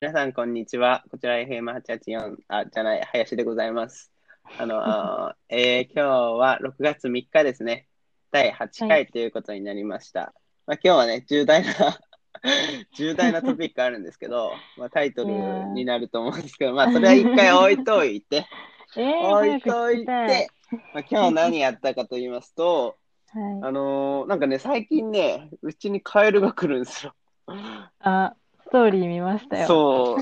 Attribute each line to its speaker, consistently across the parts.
Speaker 1: 皆さん、こんにちは。こちら FM884、あ、じゃない、林でございます。あ の、あーえー今日は6月3日ですね。第8
Speaker 2: は
Speaker 1: 回ということになりました。まあ、今日はね、重大な、 重大なトピックあるんですけど、まあ、タイトルになると思うんですけど、まあ、それは一回置いといて、
Speaker 2: えー、
Speaker 1: 置い
Speaker 2: 早く
Speaker 1: と
Speaker 2: 聞
Speaker 1: い
Speaker 2: きたい
Speaker 1: て。、まあ、今日何やったかと言いますと、
Speaker 2: はい。
Speaker 1: あのーなんかね、最近ね、うちにカエルが来るんですよ。
Speaker 2: あ、ストーリー見ましたよ。
Speaker 1: そ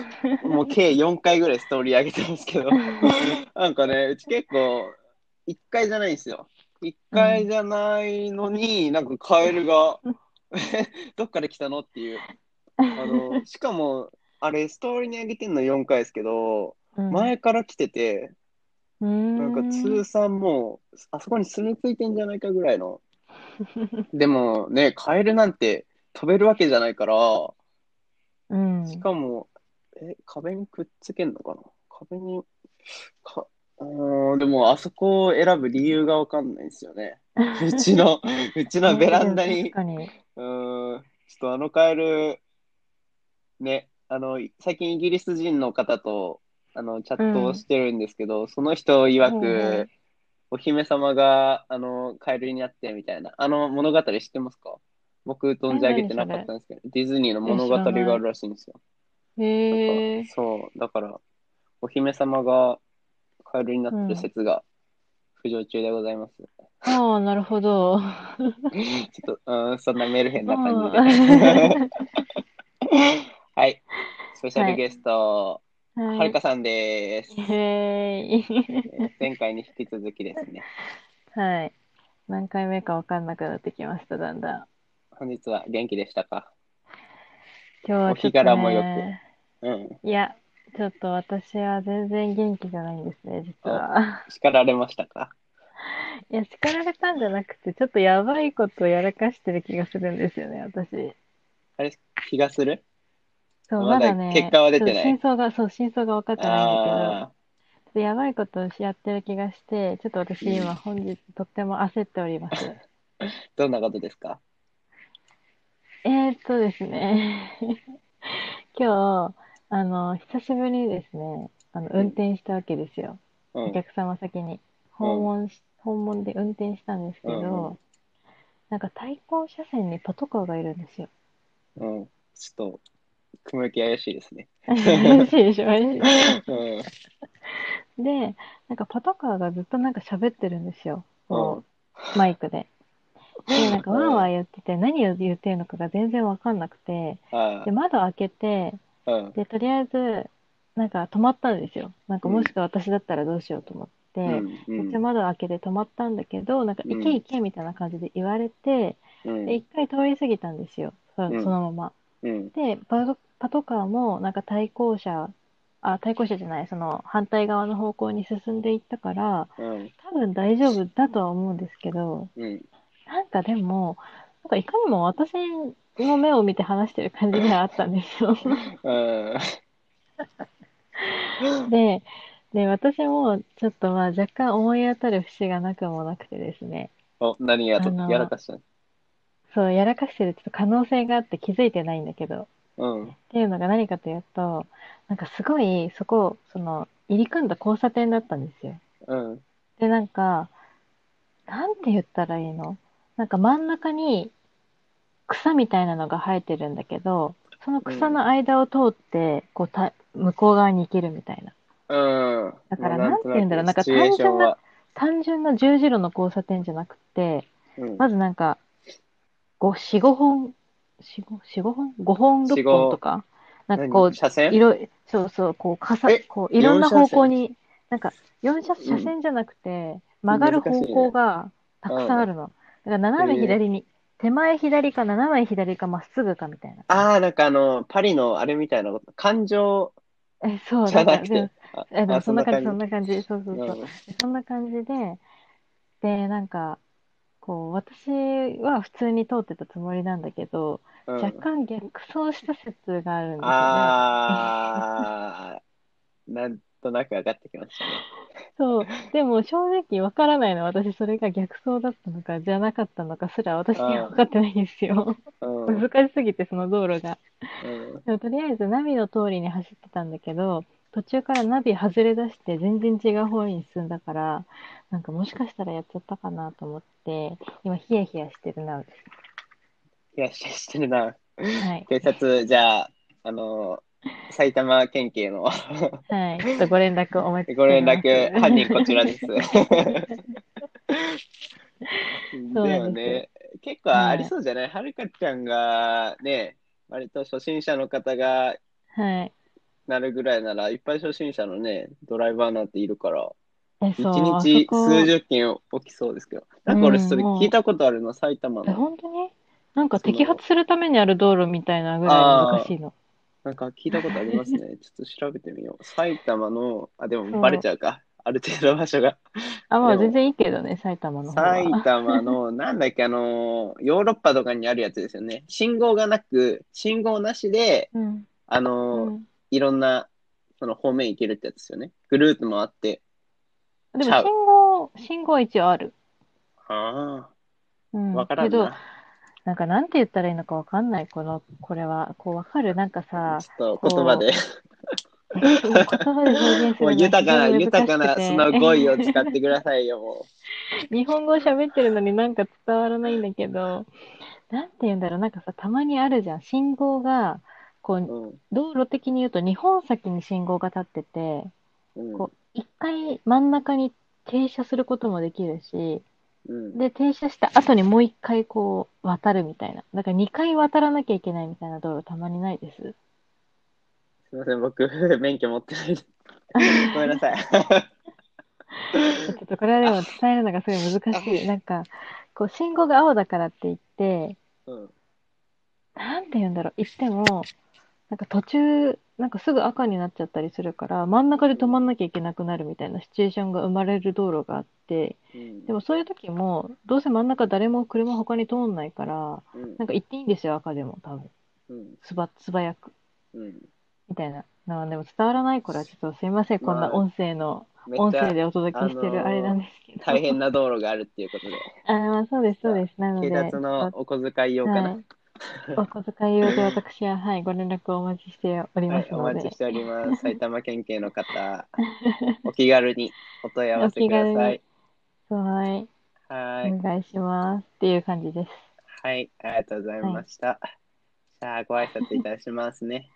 Speaker 1: う、もう計4回ぐらいストーリー上げてます けど、なんかね、うち結構、1回じゃないんですよ。1回じゃないのに、なんかカエルが、 どっから来たのっていう。あの、しかも、あれ、ストーリーに上げてんの4回ですけど、
Speaker 2: うん、
Speaker 1: 前から来てて、
Speaker 2: うー
Speaker 1: なん
Speaker 2: ん
Speaker 1: か通算もう、あそこに住み着いてんじゃないかぐらいの。でもね、カエルなんて飛べるわけじゃないから、
Speaker 2: うん、
Speaker 1: しかも、え、壁にくっつけんのかな壁に、か、うーん、でもあそこを選ぶ理由がわかんないんですよ ね。うちの、うちのベランダに、
Speaker 2: 確かに。
Speaker 1: うーん、ちょっとあのカエル、ね、あの、最近イギリス人の方と、あの、チャットをしてるんですけど、その人曰
Speaker 2: うんうん
Speaker 1: く、お姫様が、あの、カエルになってみたいな、あの物語知ってますか僕、存じ上げてなかったんですけど、ディズニーの物語があるらしいんですよ。
Speaker 2: へえー、
Speaker 1: そう、だから、お姫様がカエルになってる説が浮上中でございます。
Speaker 2: ああ、なるほど。
Speaker 1: ちょっと、うん、そんなメルヘンな感
Speaker 2: う
Speaker 1: じで。
Speaker 2: ん
Speaker 1: はい、スペシャルゲスト、は
Speaker 2: は
Speaker 1: る
Speaker 2: い
Speaker 1: かさんです。
Speaker 2: イエーイ
Speaker 1: えー前回に引き続きですね、
Speaker 2: はい。何回目か分かんなくなってきました、だんだん。
Speaker 1: 本日は元気でしたか
Speaker 2: 今日はちょっ
Speaker 1: お
Speaker 2: と、ね、
Speaker 1: 日柄も良うん、
Speaker 2: いや、ちょっと私は全然元気じゃないんですね、実は。
Speaker 1: 叱られましたか
Speaker 2: いや、叱られたんじゃなくて、ちょっとやばいことをやらかしてる気がするんですよね、私。
Speaker 1: 気がする
Speaker 2: そう、
Speaker 1: ま
Speaker 2: ま
Speaker 1: だ
Speaker 2: だね、
Speaker 1: 結果は出てない
Speaker 2: ちょっと真相が、そう、真相が分かってないんだけど、
Speaker 1: あ
Speaker 2: ちょっとやばいことをやってる気がして、ちょっと私今、本日とっても焦っており ます。
Speaker 1: ーどんなことですか
Speaker 2: えーっとですね、 今日、あの、久しぶりにですね、あの、運転したわけですよ。
Speaker 1: うん
Speaker 2: お客様先に訪問し、訪問で運転したんですけ
Speaker 1: うんう
Speaker 2: ど、なんか対向車線にパトカーがいる んですよ。
Speaker 1: うん、ちょっと、雲行き怪しい ですね。
Speaker 2: 嬉しいでしょ嬉しい
Speaker 1: うん、
Speaker 2: で、なんかパトカーがずっとなんか喋ってるんですよ。
Speaker 1: うん
Speaker 2: こう、マイクで。で、なんか
Speaker 1: うん
Speaker 2: ワンワン言ってて、何を言ってるのかが全然わかんなくて、
Speaker 1: あ
Speaker 2: で、窓開けて、
Speaker 1: あ、うん、
Speaker 2: で、とりあえず、なんか止まったんですよ。なんかもしくは私だったらどうしようと思って、
Speaker 1: うん、う
Speaker 2: めっちゃ
Speaker 1: ん、
Speaker 2: 窓開けて止まったんだけど、なんか
Speaker 1: うん
Speaker 2: 行け行けみたいな感じで言われて、
Speaker 1: うん
Speaker 2: で、一回通り過ぎたんですよ。そ
Speaker 1: うん
Speaker 2: そのまま。
Speaker 1: うん、
Speaker 2: で、パト、パトカーもなんか対向車、あ、対向車じゃない、その反対側の方向に進んでいったから、
Speaker 1: うん、
Speaker 2: 多分大丈夫だとは思うんですけど、
Speaker 1: うん、
Speaker 2: なんかでも、なんかいかにも私の目を見て話してる感じがあったんですよ。
Speaker 1: うん、
Speaker 2: で、で、私もちょっとまあ若干思い当たる節がなくもなくてですね、
Speaker 1: お、何やと
Speaker 2: あの
Speaker 1: やらかした
Speaker 2: そう、やらかしてるちょっと可能性があって気づいてないんだけど、
Speaker 1: うん、
Speaker 2: っていうのが何かというと、なんかすごい、そこ、その、入り組んだ交差点だったんですよ。
Speaker 1: うん、
Speaker 2: で、なんか、なんて言ったらいいのなんか真ん中に草みたいなのが生えてるんだけど、その草の間を通って、こうた、向こう側に行けるみたいな。
Speaker 1: うん。
Speaker 2: だから
Speaker 1: もうと
Speaker 2: なんて言うんだろうなんか
Speaker 1: シチュエーションは、
Speaker 2: 単純な十字路の交差点じゃなくて、
Speaker 1: うん、
Speaker 2: まずなんか、5、4、5本、4、5、4、5本 ?5 本、6本とか、なんかこう
Speaker 1: 何、車線
Speaker 2: いろい、そうそう、こう、かさ
Speaker 1: え、
Speaker 2: こう、いろんな
Speaker 1: 四車線
Speaker 2: 方向に、なんか、4車、
Speaker 1: うん
Speaker 2: 車線じゃなくて、曲がる方向がたくさんあるの。だから、斜め左に、手前左か、斜め左か、まっすぐかみたいな。
Speaker 1: ああ、なんかあの、パリのあれみたいなこと、感情
Speaker 2: え、そう、
Speaker 1: じゃ
Speaker 2: な
Speaker 1: な
Speaker 2: んか、
Speaker 1: く
Speaker 2: でも
Speaker 1: て、あ
Speaker 2: え、でも
Speaker 1: あ
Speaker 2: そんな感じ、そん
Speaker 1: じ
Speaker 2: な感じ、そうそうそう。そんな感じで、で、なんか、こう、私は普通に通ってたつもりなんだけど、
Speaker 1: うん、うん
Speaker 2: 若干逆走した説があるんですよね。
Speaker 1: ああ、なんとなく分かってきましたね。
Speaker 2: そう。でも正直わからないの。私それが逆走だったのか、じゃなかったのかすら私には分かってないんですよ。
Speaker 1: うん。うん
Speaker 2: 難しすぎて、その道路が。でもとりあえずナビの通りに走ってたんだけど、途中からナビ外れ出して全然違う方に進んだから、なんかもしかしたらやっちゃったかなと思って、今ヒヤヒヤしてるな。はい
Speaker 1: や、してるな。
Speaker 2: い。
Speaker 1: 警察、じゃあ、あの、埼玉県警の
Speaker 2: はい。ちょっとご連絡お 待ちして
Speaker 1: ご
Speaker 2: お
Speaker 1: 連
Speaker 2: ります。
Speaker 1: 絡、犯人こち らです。で
Speaker 2: そうなんです
Speaker 1: もね、結構ありそうじゃないはるかちゃんがね、割と初心者の方が
Speaker 2: はい。
Speaker 1: なるぐらいなら、いっぱい初心者のね、ドライバーなんているから、
Speaker 2: え、
Speaker 1: 一
Speaker 2: そう、あ
Speaker 1: 日
Speaker 2: そこ
Speaker 1: 数十件起きそうですけど、なんか俺
Speaker 2: うん
Speaker 1: それ
Speaker 2: もう
Speaker 1: 聞いたことあるの、埼玉
Speaker 2: え、
Speaker 1: の。
Speaker 2: 本当になんか摘発するためにある道路みたいなぐらい難しいの。
Speaker 1: なんか聞いたことありますね。ちょっと調べてみよう。埼玉の、あ、で
Speaker 2: そ
Speaker 1: も
Speaker 2: う
Speaker 1: バレちゃうか。ある程度の場所が。
Speaker 2: あ、まあ
Speaker 1: でも
Speaker 2: 全然いいけどね、埼玉の方は。
Speaker 1: 埼玉の、なんだっけ、あの、ヨーロッパとかにあるやつですよね。信号がなく、信号なしで、
Speaker 2: うん。
Speaker 1: あ
Speaker 2: う
Speaker 1: の、
Speaker 2: ん
Speaker 1: いろんな、その方面行けるってやつですよね。ぐるーっと回って。
Speaker 2: で
Speaker 1: ちゃ
Speaker 2: も
Speaker 1: う
Speaker 2: 信号、信号一応ある。
Speaker 1: あ
Speaker 2: うん。
Speaker 1: あ、わから
Speaker 2: け
Speaker 1: ん
Speaker 2: ど、
Speaker 1: な。
Speaker 2: なんかなんて言ったらいいのかわかんない、この、これは。こうわかるなんか さ、
Speaker 1: ちょっと言葉で、
Speaker 2: え言葉で表現す
Speaker 1: も
Speaker 2: るの
Speaker 1: う
Speaker 2: が
Speaker 1: 豊かな、
Speaker 2: 非常に難
Speaker 1: 豊
Speaker 2: し
Speaker 1: かな、
Speaker 2: く
Speaker 1: そ
Speaker 2: て
Speaker 1: の語彙を使ってくださいよ、も
Speaker 2: 日本語喋ってるのになんか伝わらないんだけど、なんて言うんだろう、なんかさ、たまにあるじゃん。信号が、こう、
Speaker 1: う。
Speaker 2: 道路的に言うと2本先に信号が立ってて、
Speaker 1: うん。
Speaker 2: こ一回真ん中に停車することもできるし、
Speaker 1: うん。
Speaker 2: で、停車した後にもう一回こう渡るみたいな。だから2回渡らなきゃいけないみたいな道路たまにないです。
Speaker 1: すいません、僕、免許持って ない。ごめんなさい。
Speaker 2: ちょっとこれはでも伝えるのがすごい難しい。なんか、こう信号が青だからって言って、
Speaker 1: うん。
Speaker 2: なんて言うんだろう、言っても、なんか途中、なんかすぐ赤になっちゃったりするから、真ん中で止まんなきゃいけなくなるみたいなシチュエーションが生まれる道路があって、
Speaker 1: うん
Speaker 2: でもそういう時も、どうせ真ん中誰も車他に通んないから、
Speaker 1: うん
Speaker 2: なんか行っていいんですよ、赤でも、多分。
Speaker 1: うん
Speaker 2: すば、素早く。
Speaker 1: うん
Speaker 2: みたいな。なでも伝わらない頃は、ちょっとすいません、こん
Speaker 1: まあ
Speaker 2: な音声の、
Speaker 1: めっ
Speaker 2: 音
Speaker 1: ち
Speaker 2: 声
Speaker 1: ゃ
Speaker 2: でお届けして
Speaker 1: あのー
Speaker 2: るあれなんですけど。
Speaker 1: 大変な道路があるっていうことで、
Speaker 2: あー、まあそうです、そうです。なの
Speaker 1: 警
Speaker 2: で、
Speaker 1: 察のお小遣い用かな。
Speaker 2: はいお小遣い用で私は、はい、ご連絡をお待ちしており
Speaker 1: は
Speaker 2: ま
Speaker 1: い
Speaker 2: す
Speaker 1: お
Speaker 2: ので。
Speaker 1: 待ちしており ます。埼玉県警の方、お気軽にお問い合わせください。
Speaker 2: はい。
Speaker 1: は
Speaker 2: お
Speaker 1: い、
Speaker 2: 願いします。っていう感じです。
Speaker 1: はい、ありがとうございました。じゃあ、ご挨拶いたしますね。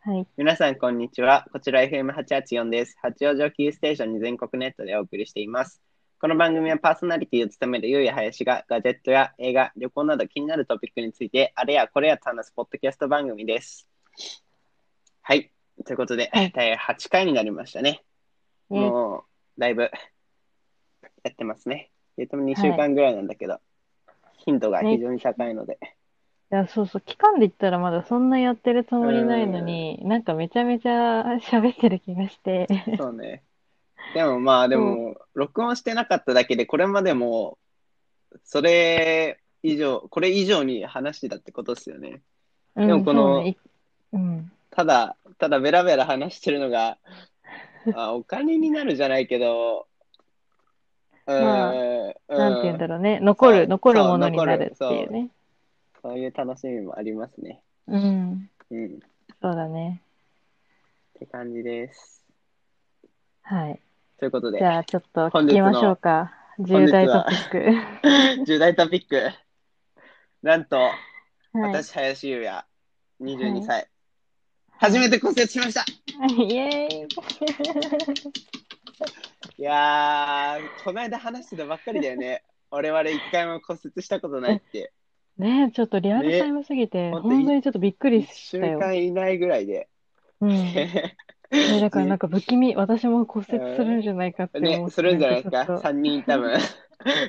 Speaker 2: はい。
Speaker 1: 皆さん、こんにちは。こちら FM884 です。八王子をキーステーションに全国ネットでお送りしています。この番組はパーソナリティを務めるゆうやはやしが、ガジェットや映画、旅行など気になるトピックについて、あれやこれやと話すポッドキャスト番組です。はい。ということで、
Speaker 2: はい
Speaker 1: 第8回になりましたね。
Speaker 2: ね
Speaker 1: もう、だいぶ、やってますね。言っても2週間ぐらいなんだけど、頻度が非常に高いので。
Speaker 2: いや、そうそう。期間で言ったらまだそんなやってるつもりないのに、なんかめちゃめちゃ喋ってる気がして。
Speaker 1: そうね。でもまあでも、録音してなかっただけで、これまでも、それ以上、これ以上に話してたってことですよね。
Speaker 2: で
Speaker 1: もこの
Speaker 2: うん。
Speaker 1: ただ、ただベラベラ話してるの が、あお金になるじゃないけど、うーん、
Speaker 2: まあ
Speaker 1: うん
Speaker 2: なんて言うんだろうね。残る、
Speaker 1: そう
Speaker 2: 残るものになるっていうね。
Speaker 1: そういう楽しみもありますね。
Speaker 2: うん。
Speaker 1: うん。っ
Speaker 2: そうだね。
Speaker 1: て感じです。
Speaker 2: はい。
Speaker 1: ということで
Speaker 2: じ、ゃあちょっと
Speaker 1: 本
Speaker 2: 聞
Speaker 1: 日
Speaker 2: き
Speaker 1: の
Speaker 2: ましょうか。
Speaker 1: 本
Speaker 2: 重
Speaker 1: 日
Speaker 2: 大ト
Speaker 1: は
Speaker 2: ピック。
Speaker 1: 重大トピック。なんと、
Speaker 2: はい。
Speaker 1: 私、林優也、
Speaker 2: は
Speaker 1: 22
Speaker 2: い
Speaker 1: 歳。初めて骨折しました。
Speaker 2: イエーイ。
Speaker 1: いやー、この間話してたばっかりだよね。 我々一回も骨折したことないって。
Speaker 2: ねえ、ちょっとリアルタイムすぎ
Speaker 1: ね
Speaker 2: て、本当にちょっとびっくり
Speaker 1: 1
Speaker 2: した
Speaker 1: 週
Speaker 2: よ。
Speaker 1: 間以内ぐらいで。
Speaker 2: うん。ね、だからなんか不気味、私も骨折するんじゃないかって
Speaker 1: ね
Speaker 2: 思っ、て、
Speaker 1: するんじゃないです
Speaker 2: ちょ
Speaker 1: か。
Speaker 2: っと
Speaker 1: 3人多分、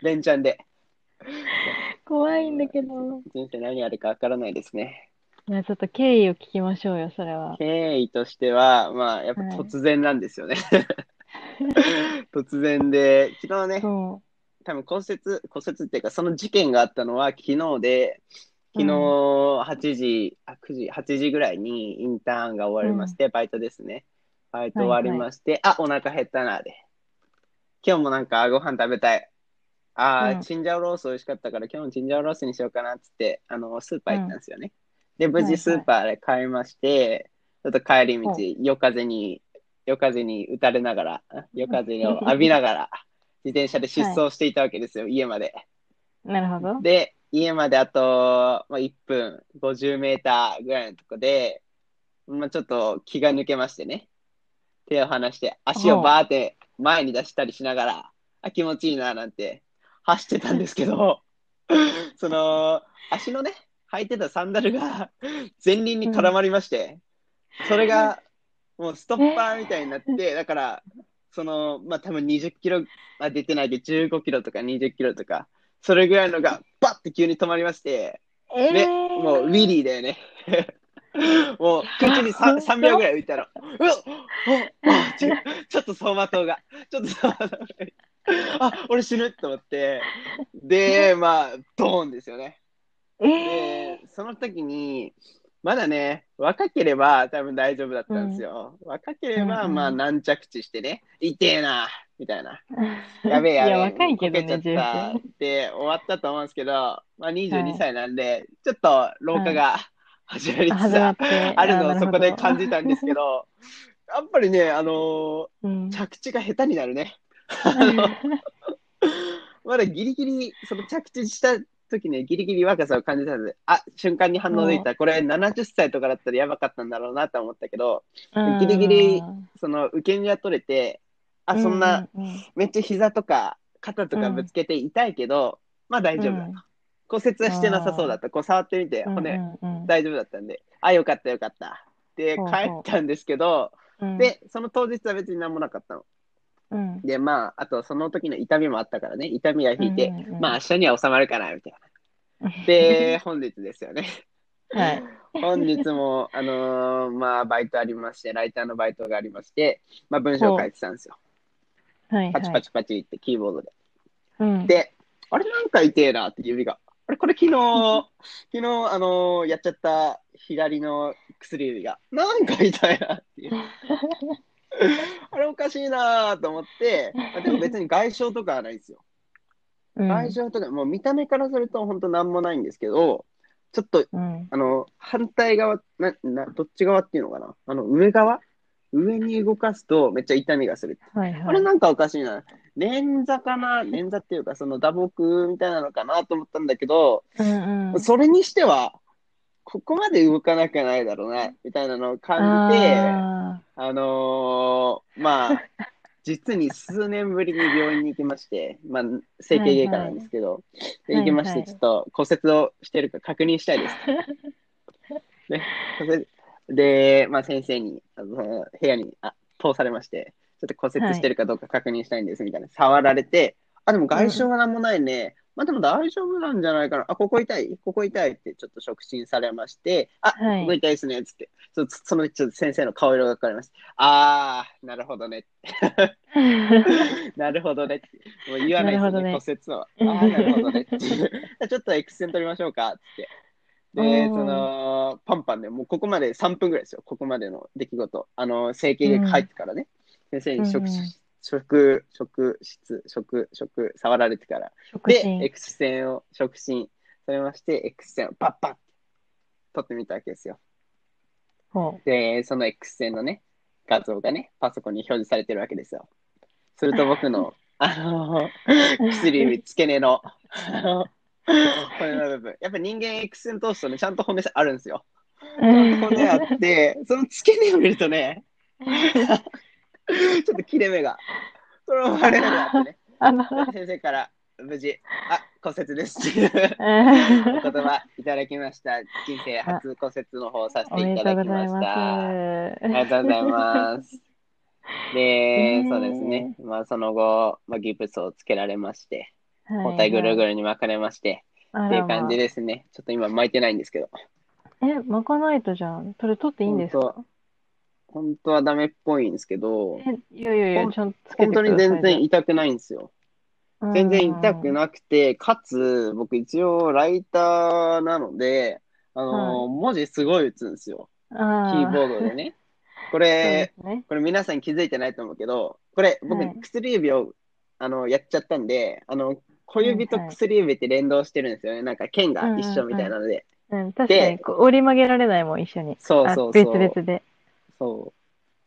Speaker 1: 連チャンで。
Speaker 2: 怖いんだけど。
Speaker 1: 人生何あるかわからないですね。
Speaker 2: いや、ちょっと経緯を聞きましょうよ、それは。
Speaker 1: 経緯としては、まあ、やっぱ
Speaker 2: はい
Speaker 1: 突然なんです よね。突然で、昨日ね、
Speaker 2: そ
Speaker 1: 多分骨折骨折っていうかその事件があったのは昨日で昨日
Speaker 2: うん
Speaker 1: 8時、あ9時8時ぐらいにインターンが終わりまして、バイトですねバイト
Speaker 2: はい
Speaker 1: 終
Speaker 2: は
Speaker 1: わ
Speaker 2: い
Speaker 1: りまして、あ、お腹減ったな、で。今日もなんかご飯食べたい。あー、
Speaker 2: うん
Speaker 1: チンジャオロース美味しかったから、今日もチンジャオロースにしようかなっつって、あの、スーパー行ったんですよね。で、無
Speaker 2: はいは
Speaker 1: 事
Speaker 2: い
Speaker 1: スーパーで買いまして、ちょっと帰り道
Speaker 2: ほう、
Speaker 1: 夜風に、夜風に打たれながら、夜風を浴びながら、自転車で失踪していたわけですよ、家まで。
Speaker 2: なるほど。
Speaker 1: で、家まであと、まあ、1分50メーターぐらいのとこで、まあ、ちょっと気が抜けましてね。手を離して、足をバーって前に出したりしながら、あ、気持ちいいな、なんて走ってたんですけ ど、その、足のね、履いてたサンダルが前輪に絡まりまして、それがもうストッパーみたいになって、だから、その、まあ、多分20キロ、あ、出てないで15キロとか20キロとか、それぐらいのが、バッて急に止まりまして、
Speaker 2: え
Speaker 1: ね、
Speaker 2: ー
Speaker 1: もう、ウィリーだよね。 もう、口に 3, 3秒ぐらい浮いたの。うわっおおちょちょっと走馬灯が。ちょっと走馬灯が。あ、俺死ぬと思って。で、まあ、ドーンですよね。
Speaker 2: え
Speaker 1: で、その時に、まだね、若ければ多分大丈夫だったんですよ。若けれ
Speaker 2: うん
Speaker 1: ば、
Speaker 2: うん
Speaker 1: まあ、軟着地してね、痛えな、みたい な。
Speaker 2: ー
Speaker 1: やべえやべえ。
Speaker 2: いや、若いけどね、
Speaker 1: こけ
Speaker 2: 十
Speaker 1: ちゃった
Speaker 2: 分。
Speaker 1: で、終わったと思うんですけど、まあ
Speaker 2: は
Speaker 1: 22
Speaker 2: い
Speaker 1: 歳なんで、ちょっと老化が始まりつ
Speaker 2: 始
Speaker 1: つ
Speaker 2: ま
Speaker 1: あ
Speaker 2: って。
Speaker 1: るの
Speaker 2: な
Speaker 1: を
Speaker 2: ほ
Speaker 1: そ
Speaker 2: ど
Speaker 1: こで感じたんですけど、やっぱりね、あの
Speaker 2: うん
Speaker 1: ー着地が下手になるね。まだギリギリ、その着地した時ね、ギリギリ若さを感じたので、あ、瞬間に反応できた。これ70歳とかだったらやばかったんだろうなと思ったけど、
Speaker 2: うん
Speaker 1: ギリギリその受け身は取れて、あ、そんな、、
Speaker 2: ううん
Speaker 1: めっちゃ膝とか肩とかぶつけて痛いけど、まあ大丈夫だと、
Speaker 2: うん
Speaker 1: 骨折はしてなさそうだったこう触ってみて骨、
Speaker 2: うんうんうん
Speaker 1: 大丈夫だったんであよかったよかったで帰
Speaker 2: ほうほ
Speaker 1: っ
Speaker 2: う
Speaker 1: たんですけど、
Speaker 2: うん
Speaker 1: でその当日は別に何もなかったの
Speaker 2: うん
Speaker 1: でまああとその時の痛みもあったからね痛みが引いて、
Speaker 2: うんうん
Speaker 1: まあ明日には収まるかなみたいなで本日ですよね
Speaker 2: はい。
Speaker 1: 本日もあのーまあバイトありましてライターのバイトがありましてまあ文章を書いてたんですよ
Speaker 2: はい。
Speaker 1: パチパチパチってキーボードで
Speaker 2: はい。
Speaker 1: で、あれなんか痛えなって指が。あれこれ 昨日、昨日、あのーやっちゃった左の薬指が、なんか痛いなって いう。あれおかしいなと思って、まあでも別に外傷とかはないんですよ。
Speaker 2: うん。
Speaker 1: 外傷とか、もう見た目からすると本当なんもないんですけど、ちょっと、
Speaker 2: うん。
Speaker 1: あの、反対側、な、な、どっち側っていうのかなあの、上側上に動かすとめっちゃ痛みがする。
Speaker 2: はいはい。
Speaker 1: あれなんかおかしいな。捻挫かな捻挫っていうか、その打撲みたいなのかなと思ったんだけど、
Speaker 2: うんうん。
Speaker 1: それにしては、ここまで動かなくはないだろうな、みたいなのを感じて、あ
Speaker 2: あ
Speaker 1: のーまあ、実に数年ぶりに病院に行きまして、まあ、整形外科なんですけど、
Speaker 2: い
Speaker 1: で
Speaker 2: はい
Speaker 1: 行きまし
Speaker 2: は
Speaker 1: て、
Speaker 2: いはい
Speaker 1: ちょっと骨折をしてるか確認したい です。ね、骨折で、まあ、先生に、あの部屋にあ通されまして、ちょっと骨折してるかどうか確認したいんです、みたいな。触られて、あ、でも外傷はなんもないね。まあでも大丈夫なんじゃないかな。あ、ここ痛いここ痛いってちょっと触診されまして、あ、
Speaker 2: はい
Speaker 1: ここ痛いですね、つって。そそのちょっと先生の顔色が変わりました。あー、なるほどね。
Speaker 2: ー
Speaker 1: なるほどねって。もう言わないですね、
Speaker 2: なるほ
Speaker 1: 骨折は。ああ、なるほどねって いう。ちょっとエクセン取りましょうかってって。で、
Speaker 2: おー
Speaker 1: その、パンパンで、もうここまで3分ぐらいですよ、ここまでの出来事。あの、整形が入ってからね、先生に
Speaker 2: うん
Speaker 1: 職、
Speaker 2: うん
Speaker 1: 職、職質、職、職、触られてから。
Speaker 2: 食
Speaker 1: で、
Speaker 2: 事
Speaker 1: エクセンを、触診されまして、エクセンをパッパッ取ってみたわけですよ。
Speaker 2: ほ
Speaker 1: で、その X 線のね、画像がね、パソコンに表示されてるわけですよ。すると僕の、あの、薬指付け根の、あの、骨の部分。やっぱ人間 X 線通すとね、ちゃんと骨あるんですよ。
Speaker 2: う
Speaker 1: 骨あって、その付け根を見るとね、ちょっと切れ目が、それはあれなんだってね。
Speaker 2: あの、
Speaker 1: 先生から、無事、あ、骨折ですっていう。 お言葉いただきました。人生初骨折の方をさせ
Speaker 2: お
Speaker 1: て
Speaker 2: め
Speaker 1: い
Speaker 2: で
Speaker 1: た
Speaker 2: と
Speaker 1: だ
Speaker 2: うご
Speaker 1: き
Speaker 2: ざ
Speaker 1: ま
Speaker 2: い
Speaker 1: し
Speaker 2: ま
Speaker 1: た。
Speaker 2: す。
Speaker 1: ありがとうございます。で、
Speaker 2: ねえ
Speaker 1: そうですね。まあ、その後、まあ、ギプスをつけられまして、
Speaker 2: はい
Speaker 1: 包帯ぐるぐるに巻かれまして、
Speaker 2: はい
Speaker 1: っていう感じですね。ちょっと今巻いてないんですけど。
Speaker 2: あらまえ、巻かないとじゃん。それ取っていいんですか
Speaker 1: 本当はダメっぽいんですけど、
Speaker 2: え、いやいやい
Speaker 1: ほ
Speaker 2: や、
Speaker 1: ん
Speaker 2: ちゃんとつけて
Speaker 1: 本当
Speaker 2: ください
Speaker 1: に全然
Speaker 2: じ
Speaker 1: 痛くないんですよ。
Speaker 2: ゃあ
Speaker 1: 全然痛く
Speaker 2: うん
Speaker 1: なくて、かつ、僕一応ライターなので、あの、文字すごい打つんですよ。
Speaker 2: あ
Speaker 1: キーボードでね。こ
Speaker 2: そう
Speaker 1: れ
Speaker 2: で、すね。
Speaker 1: これ皆さん気づいてないと思うけど、これ僕、
Speaker 2: はい
Speaker 1: 薬指をあのやっちゃったんで、あの小指と
Speaker 2: はいはい
Speaker 1: 薬指って連動してるんですよね。なんか剣が一緒みたいなので。
Speaker 2: うん、確かに、こう折り曲げられないもん、一緒に。
Speaker 1: そう
Speaker 2: あ
Speaker 1: そうそう
Speaker 2: 別々で。
Speaker 1: そう。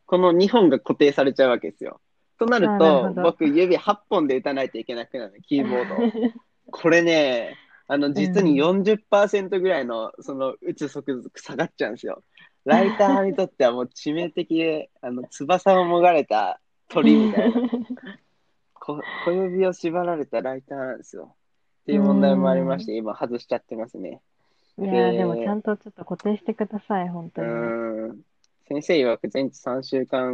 Speaker 1: この2本が固定されちゃうわけですよ。となる
Speaker 2: あー
Speaker 1: と
Speaker 2: なるほど
Speaker 1: 僕指8本で打たないといけなくなるキーボードを。これね、あの実に40%ぐらいのその打つ速度下がっちゃうんですよ。ライターにとってはもう致命的で、 あの翼をもがれた鳥みたい な。こ小指を縛られたライターなんですよ。っていう問題もありまして、今外しちゃってますね。
Speaker 2: いや
Speaker 1: で
Speaker 2: ー、でもちゃんとちょっと固定してください、本
Speaker 1: う
Speaker 2: 当に。
Speaker 1: ーん。先生曰く全治3週間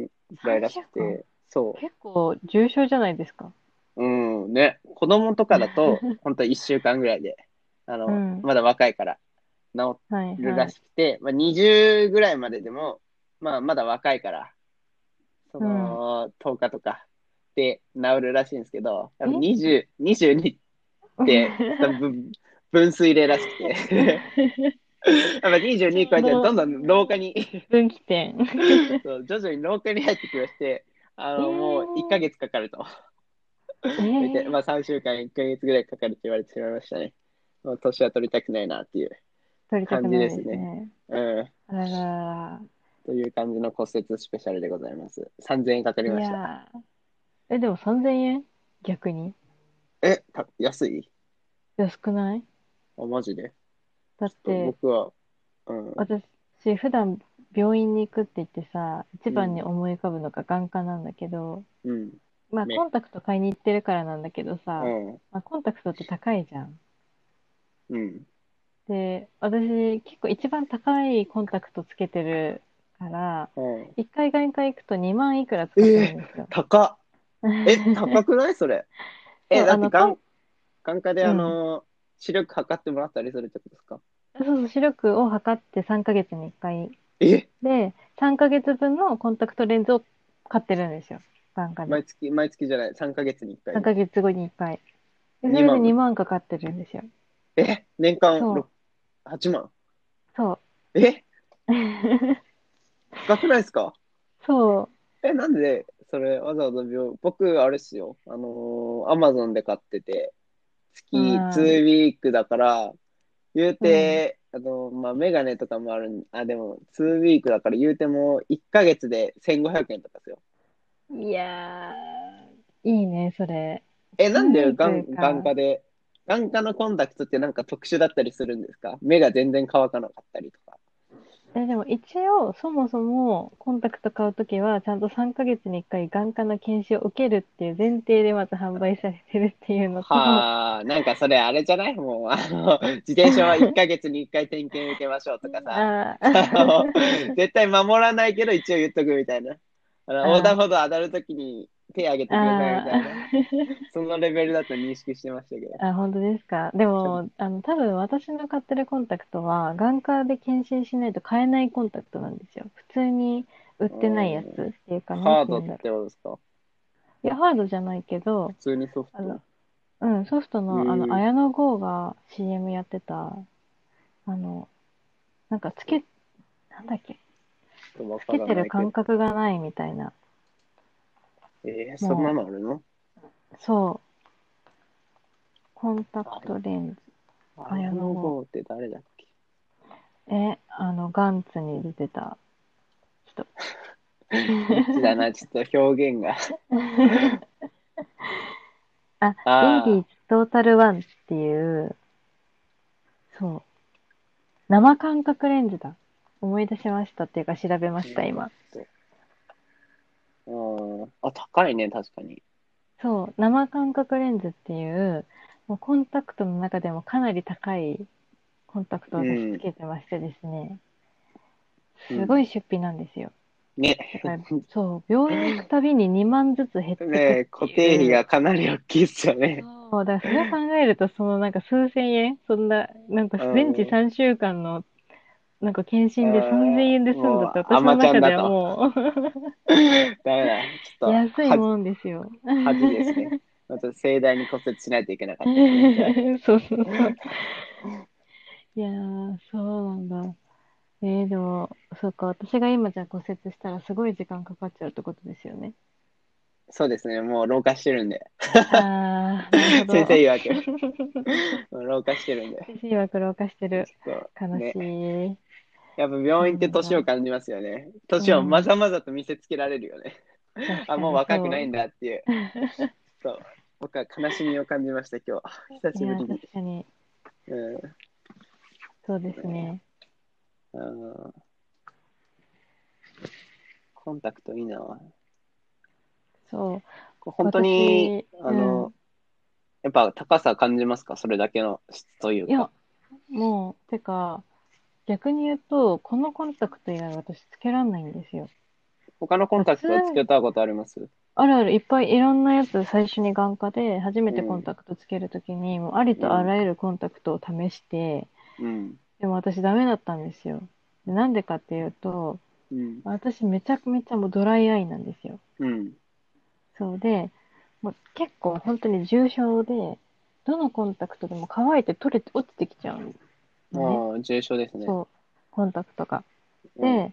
Speaker 1: ぐらいらしく
Speaker 2: 3週
Speaker 1: て、そう。
Speaker 2: 結構重症じゃないですか。
Speaker 1: うんね、子供とかだ と、本当1週間ぐらいで、あの、
Speaker 2: うん
Speaker 1: まだ若いから治
Speaker 2: はい、
Speaker 1: る
Speaker 2: は
Speaker 1: ら
Speaker 2: い。
Speaker 1: しくて、まあ、20ぐらいまででも、まあ、まだ若いから、その、10日とかで治るらしいんですけど、多分20、22って、 多分分水嶺らしくて、やっぱ22超えて、どんどん廊下 に、
Speaker 2: 分岐点。
Speaker 1: そう徐々に廊下に入ってきまして、あの、もう1ヶ月かかると。
Speaker 2: え
Speaker 1: 大体
Speaker 2: ー
Speaker 1: まあ3週間、1ヶ月ぐらいかかるって言われてしまいましたね。もう年は取りたくないなっていう、
Speaker 2: 取りたくないです
Speaker 1: 感じです
Speaker 2: ね。
Speaker 1: うん、
Speaker 2: あらら
Speaker 1: という感じの骨折スペシャルでございます。3000円かかりま
Speaker 2: ら。い
Speaker 1: した。
Speaker 2: やーえ、でも3000円逆に
Speaker 1: え、た安い
Speaker 2: 安くない
Speaker 1: あ、マジで
Speaker 2: だって、
Speaker 1: 僕は、うん、
Speaker 2: 私、普段病院に行くって言ってさ、一番に思い浮かぶのが眼科なんだけど、
Speaker 1: うん、
Speaker 2: まあ、
Speaker 1: ね
Speaker 2: コンタクト買いに行ってるからなんだけどさ、
Speaker 1: うん、
Speaker 2: まあ、コンタクトって高いじゃん。
Speaker 1: うん、
Speaker 2: で、私、結構一番高いコンタクトつけてるから、
Speaker 1: うん。
Speaker 2: 一回眼科行くと2万いくら使ってるんですよ。
Speaker 1: 高 っえ、高くないそれ。え、
Speaker 2: そう
Speaker 1: だ
Speaker 2: あ
Speaker 1: っ
Speaker 2: の
Speaker 1: て
Speaker 2: コン
Speaker 1: 眼眼科であの、視力測ってもらったりするってことですか
Speaker 2: そうそう、視力を測って3ヶ月に1回。
Speaker 1: え
Speaker 2: で、3ヶ月分のコンタクトレンズを買ってるんですよ。眼科で。
Speaker 1: 毎月、毎月じゃない、3ヶ月に1
Speaker 2: 3
Speaker 1: 回。
Speaker 2: ヶ月後に1回。で、そ
Speaker 1: 2
Speaker 2: れで
Speaker 1: 万
Speaker 2: 2万かかってるんですよ。
Speaker 1: え、年間
Speaker 2: そう
Speaker 1: ろ8万。
Speaker 2: そ
Speaker 1: え、
Speaker 2: う。
Speaker 1: 高くないですか
Speaker 2: そう。
Speaker 1: え、なんで、それ、わざわざ病、僕、あれっすよ。あのー、アマゾンで買ってて、月
Speaker 2: う
Speaker 1: 2
Speaker 2: ん
Speaker 1: ウィークだから、言うて、あのー、まあ、メガネとかもあるん、あ、でも、2ウィークだから、言うても、1ヶ月で1500円とかですよ。
Speaker 2: いやー、いいね、それ。
Speaker 1: え、なんで
Speaker 2: 2ウィーク
Speaker 1: 眼、
Speaker 2: か
Speaker 1: 眼科で、眼科のコンタクトってなんか特殊だったりするんですか目が全然乾かなかったりとか。
Speaker 2: え、でも一応、そもそもコンタクト買うときは、ちゃんと3ヶ月に1回眼科の検診を受けるっていう前提でまず販売されてるっていうのと、
Speaker 1: はあ、なんかそれあれじゃないもう、あの、自転車は1ヶ月に1回点検受けましょうとかさ。
Speaker 2: あ
Speaker 1: あ
Speaker 2: ー
Speaker 1: の絶対守らないけど一応言っとくみたいな。あの
Speaker 2: あー
Speaker 1: 横断歩道当たるときに手挙げてくれないみたいな。
Speaker 2: あー
Speaker 1: そのレベルだと認識してましたけど。
Speaker 2: あ、本当ですか。でも、あの、多分私の買ってるコンタクトは、眼科で検診しないと買えないコンタクトなんですよ。普通に売ってないやつっていうか、
Speaker 1: ハー
Speaker 2: なんて
Speaker 1: ド
Speaker 2: 言
Speaker 1: っ
Speaker 2: うんだろ
Speaker 1: てことですか
Speaker 2: う。いや、ハードじゃないけど、
Speaker 1: 普通にソフ
Speaker 2: あの
Speaker 1: ト。
Speaker 2: うん、ソフトの、あ
Speaker 1: うん
Speaker 2: の、綾野剛が CM やってた、あの、なんかつけ、なんだっけ、
Speaker 1: ちょっとわ
Speaker 2: つ
Speaker 1: から
Speaker 2: けて
Speaker 1: な
Speaker 2: る
Speaker 1: い
Speaker 2: 感覚がないみたいな。
Speaker 1: けど。えー、そんなのあるの
Speaker 2: そう。コンタクトレンズ。
Speaker 1: あ
Speaker 2: 綾野
Speaker 1: の
Speaker 2: 剛
Speaker 1: 号って誰だっけ
Speaker 2: え、あの、ガンツに出てた人。
Speaker 1: どっちだな、ちょっと表現が。
Speaker 2: あ、
Speaker 1: あー
Speaker 2: レイディートータルワンっていう、そう。生感覚レンズだ。思い出しましたっていうか調べました、今。
Speaker 1: うん。あ、高いね、確かに。
Speaker 2: そう。生感覚レンズっていう、もうコンタクトの中でもかなり高いコンタクトを私つけてましてですね。
Speaker 1: うん
Speaker 2: すごい出費なんですよ。
Speaker 1: ね。
Speaker 2: だからそう。病院行くたびに2万ずつ減ってくってい う
Speaker 1: ね固定費がかなり大きいっすよね。
Speaker 2: そう、だからそれを考えると、そのなんか数千円、そんな、なんか
Speaker 1: うん
Speaker 2: 全治3週間の、なんか検診で
Speaker 1: うん
Speaker 2: 3000円で済んだって、私
Speaker 1: もう
Speaker 2: の
Speaker 1: 甘
Speaker 2: 中で
Speaker 1: ちゃんだ
Speaker 2: は
Speaker 1: と
Speaker 2: も
Speaker 1: ダメだ。ち
Speaker 2: う、
Speaker 1: ょっと
Speaker 2: 安いもんで すよ。
Speaker 1: 恥ですね。また盛大に骨折しないといけなかった。
Speaker 2: そうそうそう。いやー、そうなんだ。えー、でも、そうか、私が今じゃあ骨折したらすごい時間かかっちゃうってことですよね。
Speaker 1: そうですね、もう老化してるんで。
Speaker 2: ああ、なるほど。
Speaker 1: 先生曰く。もう老化してるんで。
Speaker 2: 先生曰く老化してる。
Speaker 1: ちょっと
Speaker 2: 悲しい。
Speaker 1: やっぱ病院って年を感じますよね。年をまざまざと見せつけられるよね。
Speaker 2: 確か
Speaker 1: あ、
Speaker 2: に
Speaker 1: もう若くないん
Speaker 2: だ。
Speaker 1: だっていう。そう。僕は悲しみを感じました、今日。久し
Speaker 2: い
Speaker 1: ぶ
Speaker 2: や、
Speaker 1: りに
Speaker 2: 確。かに。
Speaker 1: うん
Speaker 2: そうですね。
Speaker 1: うんコンタクトいいな。
Speaker 2: そう。
Speaker 1: 本当に、
Speaker 2: 私
Speaker 1: あの、
Speaker 2: うん
Speaker 1: やっぱ高さ感じますかそれだけの質という
Speaker 2: いや
Speaker 1: か。、
Speaker 2: もう、てか、逆に言うと、このコンタクト以外私つけらんないんですよ。
Speaker 1: 他のコンタクトはつけたことあります
Speaker 2: あるある、いっぱいいろんなやつ最初に眼科で初めてコンタクトつけるときに、もうありとあらゆるコンタクトを試して、
Speaker 1: うん。
Speaker 2: でも私ダメだったんですよ。でなんでかっていうと、
Speaker 1: うん。
Speaker 2: 私めちゃめちゃもうドライアイなんですよ。
Speaker 1: うん。
Speaker 2: そうで、もう結構本当に重症で、どのコンタクトでも乾いて取れて落ちてきちゃうのね。
Speaker 1: ああ、重症ですね。
Speaker 2: そう、コンタクトが。
Speaker 1: うん、
Speaker 2: で、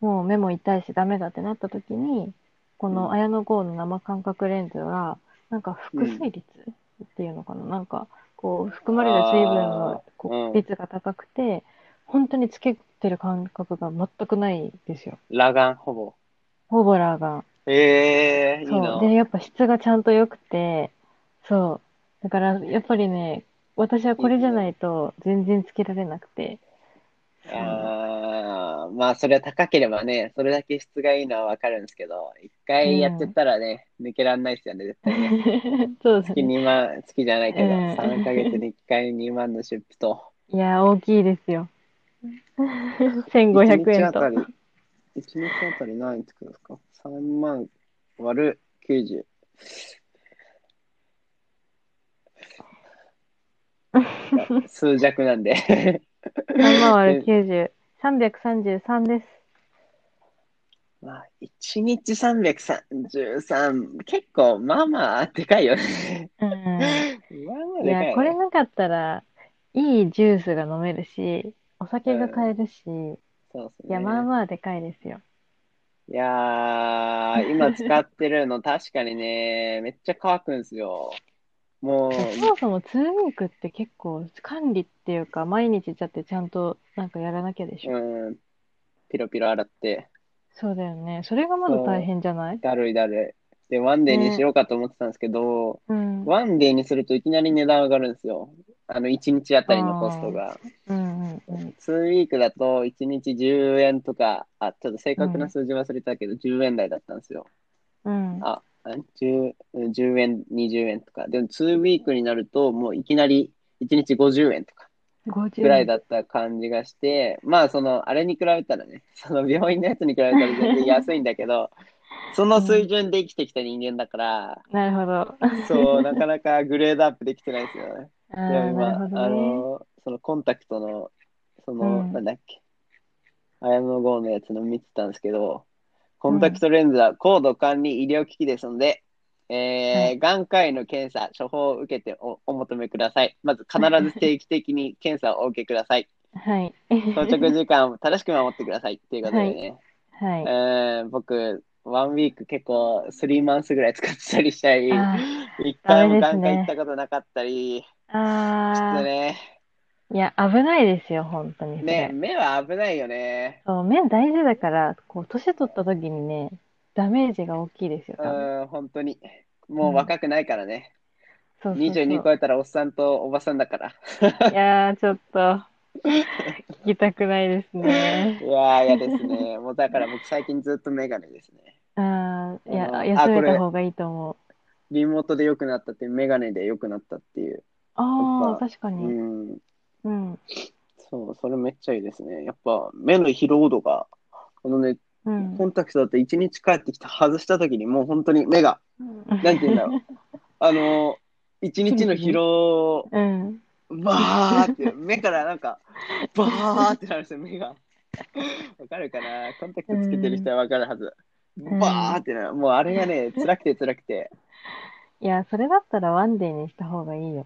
Speaker 2: もう目も痛いしダメだってなった時に、こ
Speaker 1: うん
Speaker 2: の綾野剛の生感覚レンズは、なんか副水率っていうのかな、なんかこう含まれる水分の
Speaker 1: う
Speaker 2: こ
Speaker 1: ん
Speaker 2: う率が高くて、本当につけてる感覚が全くないですよ。
Speaker 1: 裸眼ほぼ。
Speaker 2: ホボラーが。
Speaker 1: ええいい
Speaker 2: そ
Speaker 1: な
Speaker 2: う。。で、やっぱ質がちゃんと良くて、そう。だから、やっぱりね、私はこれじゃないと全然つけられなくて。
Speaker 1: ああまあ、それは高ければね、それだけ質がいいのはわかるんですけど、一回やっちゃったらね、抜けられないですよね、絶対ね。
Speaker 2: そうです
Speaker 1: 月
Speaker 2: ね。
Speaker 1: 2万、月じゃないけど、
Speaker 2: うん
Speaker 1: 3ヶ月で1回2万の出費と、
Speaker 2: いや、大きいで すよ。1500円と。
Speaker 1: 1日あたり、1日あたり何つくんですか ?3 万割る90。数弱なんで。
Speaker 2: 3万割る90。333です。
Speaker 1: まあ、1日333、結構、まあまあ、でかいよね。
Speaker 2: うん。
Speaker 1: まあまあ、
Speaker 2: い
Speaker 1: でかい、ね。
Speaker 2: や、これなかったら、いいジュースが飲めるし、お酒が買える
Speaker 1: そ
Speaker 2: し、
Speaker 1: うです
Speaker 2: い
Speaker 1: ね。
Speaker 2: や、まあまあでかいですよ。
Speaker 1: いやー、今使ってる の確かにね、めっちゃ乾くんすよ。も
Speaker 2: そもそもツーミークって結構管理っていうか毎日だってちゃんとなんかやらなきゃでし
Speaker 1: う、
Speaker 2: ょ。
Speaker 1: うん、ピロピロ洗って、
Speaker 2: そうだよね。それがまだ大変じゃない
Speaker 1: だるいだるい。で、ワンデーにしようかと思ってたんですけど、
Speaker 2: うん。うん
Speaker 1: ワンデーにするといきなり値段上がるんですよ。あの、1日あたりのコストが。
Speaker 2: うんうん。
Speaker 1: 2ウィークだと1日10円とか、あ、ちょっと正確な数字忘れたけど、10円台だったんですよ。
Speaker 2: うん。
Speaker 1: あ、10, 10円、20円とか。でも、2ウィークになると、もういきなり1日50円とか
Speaker 2: 50
Speaker 1: ぐらいだった感じがして、まあ、その、あれに比べたらね、 その病院のやつに比べたら全然安いんだけど、その水準で生きてきた人間だ から、
Speaker 2: なるほど。
Speaker 1: そう、なかなかグレードアップできてないですよね。
Speaker 2: あ
Speaker 1: いや
Speaker 2: ー
Speaker 1: 今
Speaker 2: なるほ
Speaker 1: あ
Speaker 2: どね。
Speaker 1: の、そのコンタクトの、その、
Speaker 2: うん
Speaker 1: なんだっけ、綾野剛のやつの見てたんですけど、コンタクトレンズは高度管理医療機器ですので、
Speaker 2: は
Speaker 1: えー、眼科医の検査、処方を受けておお求めください。まず必ず定期的に検査をお受けください。
Speaker 2: はい。
Speaker 1: 到着時間を正しく守ってください。っていうことでね、
Speaker 2: はい。
Speaker 1: えー僕、ワンウィーク結構3マンスぐらい使ってたりしたり、
Speaker 2: あ
Speaker 1: 一回も
Speaker 2: ダ
Speaker 1: 眼科
Speaker 2: メですね
Speaker 1: 行ったことなかったり、
Speaker 2: ーあ
Speaker 1: ちょっと
Speaker 2: ー。
Speaker 1: ね、
Speaker 2: いや、危ないですよ、本当にそ
Speaker 1: ね
Speaker 2: れ。
Speaker 1: 目は危ないよね。
Speaker 2: そう、面大事だから、こう、年取った時にね、ダメージが大きいですよ、
Speaker 1: う
Speaker 2: 多分。
Speaker 1: ん、本当に。もう若くないからね。
Speaker 2: そうそうそう。
Speaker 1: 22超えたらおっさんとおばさんだから。
Speaker 2: いやー、ちょっと、聞きたくないですね
Speaker 1: い。やー、嫌です ね。もうだから僕最近ずっとメガネですね。
Speaker 2: あーい
Speaker 1: あの
Speaker 2: や、
Speaker 1: あ
Speaker 2: 休
Speaker 1: こ
Speaker 2: め
Speaker 1: れ
Speaker 2: た方がいいと思う。
Speaker 1: リモートで良くなったって、メガネで良くなったっていう。や
Speaker 2: あ
Speaker 1: っ
Speaker 2: あ、確か
Speaker 1: う
Speaker 2: に。
Speaker 1: ん。
Speaker 2: うん。
Speaker 1: そう、それめっちゃいいですね。やっぱ目の疲労度が、このね、
Speaker 2: うん。
Speaker 1: コンタクトだと1日帰ってきて外した時にもう本当に目が、なんて言うんだろ う。あのー、1日の疲労
Speaker 2: うん。
Speaker 1: バーって、目からなんか、バーってなるんですよ、目が。わかるかなコンタクトつけてる人はわかるはず。
Speaker 2: ん
Speaker 1: バーってなる。もうあれがね、辛くて辛くて。
Speaker 2: いや、それだったらワンデーにした方がいいよ。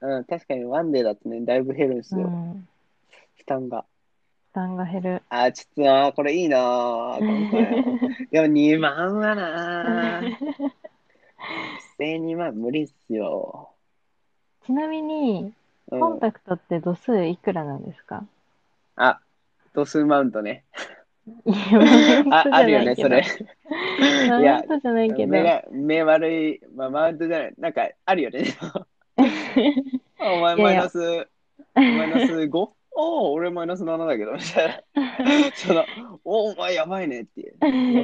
Speaker 1: うん、確かにワンデーだとね、だいぶ減るんです
Speaker 2: う
Speaker 1: よ、
Speaker 2: ん。
Speaker 1: 負担が。
Speaker 2: 担が減る。
Speaker 1: あー、ちょっとなー、これいいなー、今 回。でも2万はなー、不正2万無理っすよ。
Speaker 2: ちなみに、
Speaker 1: う
Speaker 2: コン
Speaker 1: ん、
Speaker 2: タクトって度数いくらなんですか
Speaker 1: あ、度数マウント ね。
Speaker 2: いや、マウント
Speaker 1: あ、
Speaker 2: じ
Speaker 1: あ
Speaker 2: ゃ
Speaker 1: るよ
Speaker 2: ない
Speaker 1: ね、
Speaker 2: け
Speaker 1: そ
Speaker 2: ど。
Speaker 1: れ。い
Speaker 2: マウ
Speaker 1: や
Speaker 2: ントじゃないけど
Speaker 1: 目。が、目悪い、まあ、マウントじゃない、なんかあるよ ね。お前マ
Speaker 2: いやい
Speaker 1: イ
Speaker 2: や
Speaker 1: ナス、マイナス 5? おお、俺マイナス7だけど、みたい な。その、おお前やばいねっていう。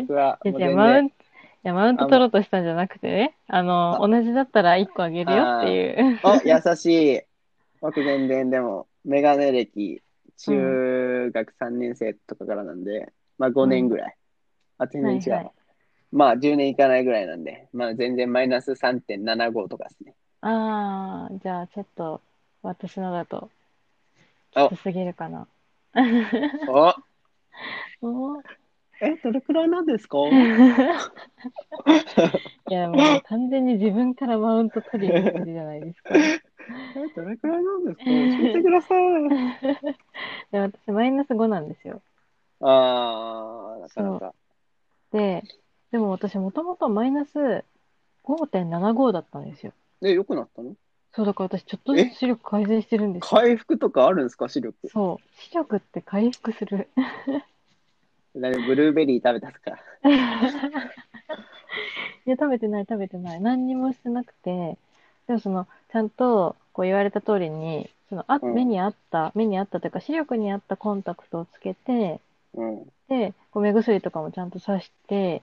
Speaker 1: 僕は、
Speaker 2: じゃ
Speaker 1: もう
Speaker 2: じゃ
Speaker 1: 全
Speaker 2: マウ
Speaker 1: 然、
Speaker 2: ント、いや、マウント取ろうとしたんじゃなくてね、あの、同じだったら1個あげるよっていう。
Speaker 1: お、優しい。僕全然、でも、メガネ歴、中学3年生とかからなんで、まあ5年ぐらい。あ、全然違う。
Speaker 2: はいはい
Speaker 1: まあ10年いかないぐらいなんで、まあ全然マイナス3.75とかで すね。
Speaker 2: ああ、じゃあちょっと、私のだと、
Speaker 1: お
Speaker 2: きつすぎるかな。
Speaker 1: お
Speaker 2: おー
Speaker 1: え、どれくらいなんです か
Speaker 2: いや、もう完全に自分からマウント取りに行ってるじゃないですか。
Speaker 1: え、どれくらいなんですか教えてください。
Speaker 2: で、私、マイナス5なんですよ。
Speaker 1: ああ、なかなか。
Speaker 2: で、でも私、もともとマイナス5.75だったんですよ。
Speaker 1: で、良くなったの
Speaker 2: そう、だから私、ちょっとずつ視力改善してるんですよ。
Speaker 1: 回復とかあるんですか視力。
Speaker 2: そう、視力って回復する。
Speaker 1: だいぶブルーベリー食べたっすから。
Speaker 2: いや、食べてない、食べてない。何にもしてなくて、でもその、ちゃんと、こう言われた通りに、その、あ、
Speaker 1: うん
Speaker 2: 目に合った、目に合ったというか、視力に合ったコンタクトをつけて、
Speaker 1: うん。
Speaker 2: で、こう目薬とかもちゃんとさして、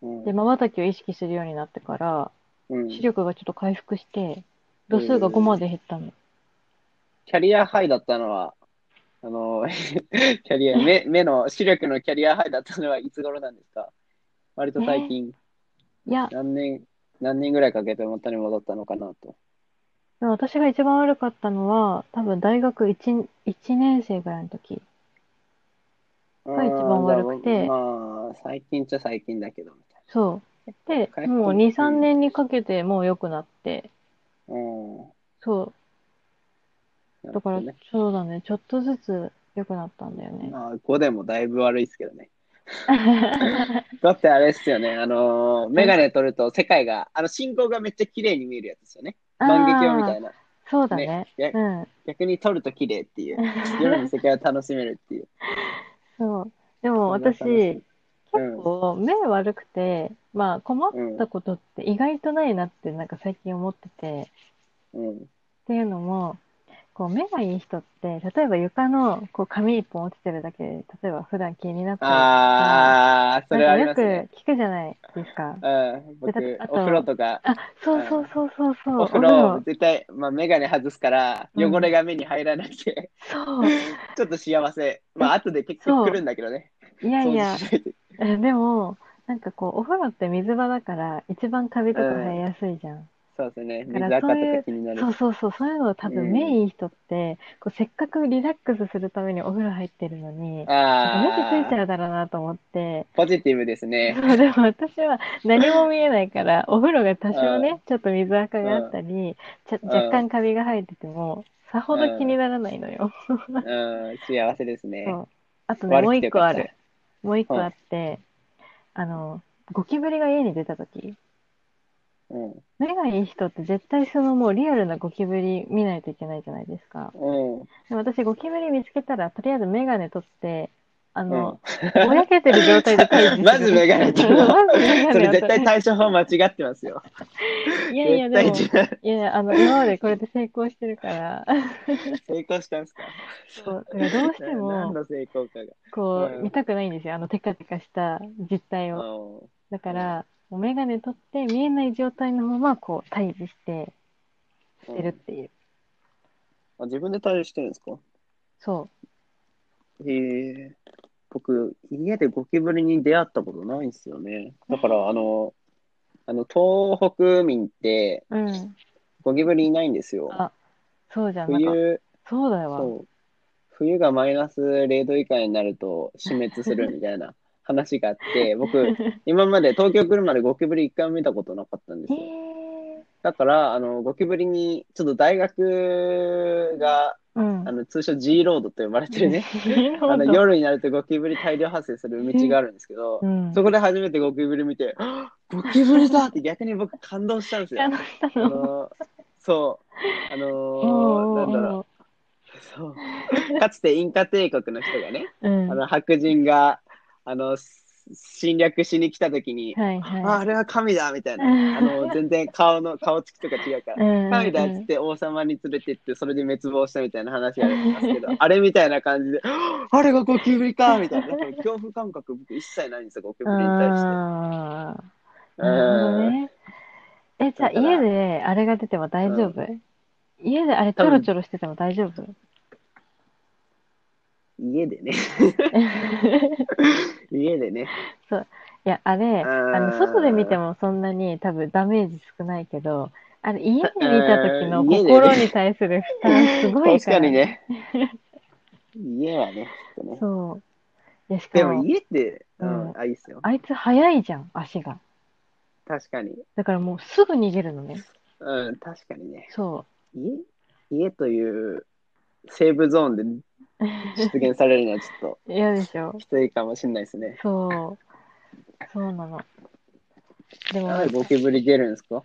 Speaker 1: うん
Speaker 2: で、瞬きを意識するようになってから、
Speaker 1: うん、
Speaker 2: 視
Speaker 1: キ
Speaker 2: 力がちょっと回復して、度数が5まで減ったの。
Speaker 1: ャリアハイだったのは、あの、 キャリア、目、目の、視力のキャリアハイだったのはいつ頃なんですか割と最近、
Speaker 2: いや、
Speaker 1: 何年、何年ぐらいかけて元に戻ったのかな と。
Speaker 2: でも私が一番悪かったのは、多分大学 1, 1年生ぐらいの時。が一番悪くて
Speaker 1: あーまあ、最近っちゃ最近だけど、みたい
Speaker 2: そう。で、
Speaker 1: 回復
Speaker 2: もう2、3年にかけてもう良くなって、
Speaker 1: な。うん。
Speaker 2: そう。
Speaker 1: なる
Speaker 2: だ
Speaker 1: ほ
Speaker 2: から、
Speaker 1: どね。
Speaker 2: そうだね。ちょっとずつ良くなったんだよね。
Speaker 1: まあ、5でもだいぶ悪いですけど ね。だってあれっすよね、あのー、メガネ取ると世界が、あの、信号がめっちゃ綺麗に見えるやつですよね。万華鏡みた
Speaker 2: あ
Speaker 1: いな。
Speaker 2: ーそうだね。
Speaker 1: ね
Speaker 2: う
Speaker 1: や
Speaker 2: ん。
Speaker 1: 逆に撮ると綺麗って いう。夜の世界を楽しめるっていう。
Speaker 2: そう。でも私、
Speaker 1: それが楽しい
Speaker 2: 結構目悪くて、まあ困ったことって意外とないなってなんか最近思ってて、
Speaker 1: うん。
Speaker 2: っていうのも、こう目がいい人って、例えば床のこう紙一本落ちてるだけで、例えば普段気になったりとか、
Speaker 1: あー、それはあり
Speaker 2: なん
Speaker 1: ま
Speaker 2: か
Speaker 1: す
Speaker 2: よ
Speaker 1: ね。
Speaker 2: く聞くじゃないですか。
Speaker 1: うん。僕
Speaker 2: であ、と
Speaker 1: お風呂とか、
Speaker 2: あ、そうそうそうそうそう、
Speaker 1: お風呂、絶対、まあ、メガネ外すから、
Speaker 2: うん
Speaker 1: 汚れが目に入らなくて、
Speaker 2: そう。
Speaker 1: ちょっと幸せ。まあ、後で結
Speaker 2: そう
Speaker 1: 局来るんだけどね。
Speaker 2: いやいや
Speaker 1: 掃除、しないと
Speaker 2: えでも、なんかこう、お風呂って水場だから、一番カビとか生えやすいじゃん。
Speaker 1: そうですね。
Speaker 2: だか
Speaker 1: 水垢
Speaker 2: ら
Speaker 1: と
Speaker 2: そうい
Speaker 1: か
Speaker 2: う
Speaker 1: 気になる
Speaker 2: そ。うそうそう、そういうのを多
Speaker 1: う
Speaker 2: 分
Speaker 1: ん
Speaker 2: 目いい人って、こうせっかくリラックスするためにお風呂入ってるのに、なんか目
Speaker 1: あ
Speaker 2: ついち
Speaker 1: ー、
Speaker 2: ゃうだろうなと思って、
Speaker 1: ポジティブですね。
Speaker 2: そう でも私は何も見えないから、お風呂が多少ね、ちょっと水垢があったり、ちゃ
Speaker 1: うん
Speaker 2: 若干カビが生えてても、さほど気にならないのよ。
Speaker 1: うん、幸せですね。
Speaker 2: そう。あとね、
Speaker 1: 悪
Speaker 2: もう
Speaker 1: く
Speaker 2: 一
Speaker 1: てよ
Speaker 2: 個
Speaker 1: か
Speaker 2: あ
Speaker 1: った
Speaker 2: る。もう一個
Speaker 1: うん
Speaker 2: あって、あの、ゴキブリが家に出た時、
Speaker 1: うん。
Speaker 2: 目がいい人って絶対そのもうリアルなゴキブリ見ないといけないじゃないですか。
Speaker 1: うん。
Speaker 2: でも私ゴキブリ見つけたら、とりあえずメガネ取って、あ
Speaker 1: う
Speaker 2: の
Speaker 1: ん、、
Speaker 2: ぼやけてる状 態で退治す る。
Speaker 1: まずメガネ取るの
Speaker 2: まずメガ
Speaker 1: そ
Speaker 2: ネ
Speaker 1: れ
Speaker 2: を
Speaker 1: 絶対
Speaker 2: 取
Speaker 1: 対処法間違ってますよ。
Speaker 2: る。いやいや、でも、
Speaker 1: 絶対違う
Speaker 2: いやいや、あの、今までこれで成功して るから、
Speaker 1: 成功したんすか
Speaker 2: そう、だからどうして
Speaker 1: な何
Speaker 2: も、
Speaker 1: の成功かが。
Speaker 2: こ
Speaker 1: う
Speaker 2: う、
Speaker 1: ん
Speaker 2: 見たくないんですよ。あの、テカテカした実態
Speaker 1: あ
Speaker 2: を。
Speaker 1: の
Speaker 2: だから、もうメガネ取って見えない状態のまま、こう、退治して、捨てるっていう。
Speaker 1: あ自分で対処してるんですか
Speaker 2: そ
Speaker 1: へえ。僕、家でゴキブリに出会ったことないんですよね。だから、あの、あの東北民って
Speaker 2: う。うん。
Speaker 1: ゴキブリいないんですよ。
Speaker 2: あ、そうじゃん。なんか、
Speaker 1: 冬、
Speaker 2: そうだわ。
Speaker 1: そう。冬がマイナス0度以下になると死滅するみたい な話があ って、僕、今まで東京来るまでゴキブリ一回も見たことなかったんです
Speaker 2: へ
Speaker 1: よ。
Speaker 2: え。
Speaker 1: だから、あの、ゴキブリに、ちょっと大学が、
Speaker 2: うん
Speaker 1: あ。の通称 G ロードと呼ばれてる ねあ
Speaker 2: あ
Speaker 1: の夜になるとゴキブリ大量発生する道があるんですけど、
Speaker 2: うん。
Speaker 1: そこで初めてゴキブリ見て、あゴキブリだって逆に僕感動したん ですよ
Speaker 2: あ。の人
Speaker 1: あ
Speaker 2: の
Speaker 1: のそう、あ
Speaker 2: おうお
Speaker 1: の
Speaker 2: うおう
Speaker 1: ーなんだろう そう、かつてインカ帝国の人がね、
Speaker 2: うん。
Speaker 1: あ
Speaker 2: は
Speaker 1: の白人があの侵略しに来た時に、
Speaker 2: い
Speaker 1: あ
Speaker 2: は
Speaker 1: あれは神だみたいな、
Speaker 2: うん
Speaker 1: あの全然顔の顔つきとか違うか
Speaker 2: い。う
Speaker 1: ら。
Speaker 2: ん。
Speaker 1: 神だっつって王様に連れてってそれで滅亡したみたいな話がありますけどあれみたいな感じで ああれがゴキブリかみたいなだから恐怖感覚僕一切ないんですよゴキブリに対して。
Speaker 2: あーなるほ
Speaker 1: う
Speaker 2: ど
Speaker 1: ん
Speaker 2: ね。え、じゃあ
Speaker 1: だから
Speaker 2: 家であれが出ても大丈夫家であれちょろちょろしてても大丈夫
Speaker 1: 家でね。
Speaker 2: い
Speaker 1: 家でね。
Speaker 2: や、あれ、
Speaker 1: うん
Speaker 2: あの、外で見てもそんなに多分ダメージ少ないけど、あれ家で見た時の
Speaker 1: うん家でね
Speaker 2: 心に対する負担すごい
Speaker 1: 確
Speaker 2: から。
Speaker 1: かに。ね。家はね。ちょっとね
Speaker 2: そう。いや、し
Speaker 1: で
Speaker 2: か
Speaker 1: も
Speaker 2: も、
Speaker 1: 家って、う
Speaker 2: うん
Speaker 1: ん、あ、いいっすよ。
Speaker 2: あいつ早いじゃん、足が。
Speaker 1: 確かに。
Speaker 2: だからもうすぐ逃げるのね。
Speaker 1: うん、確かにね。
Speaker 2: そ
Speaker 1: 家家というセーブゾーンで
Speaker 2: う。
Speaker 1: 出現されるのはちょっ
Speaker 2: 嫌でしょ
Speaker 1: ときついかもしれないですね。
Speaker 2: そう。そうなの。でも、
Speaker 1: なんでゴキブリ出るんですか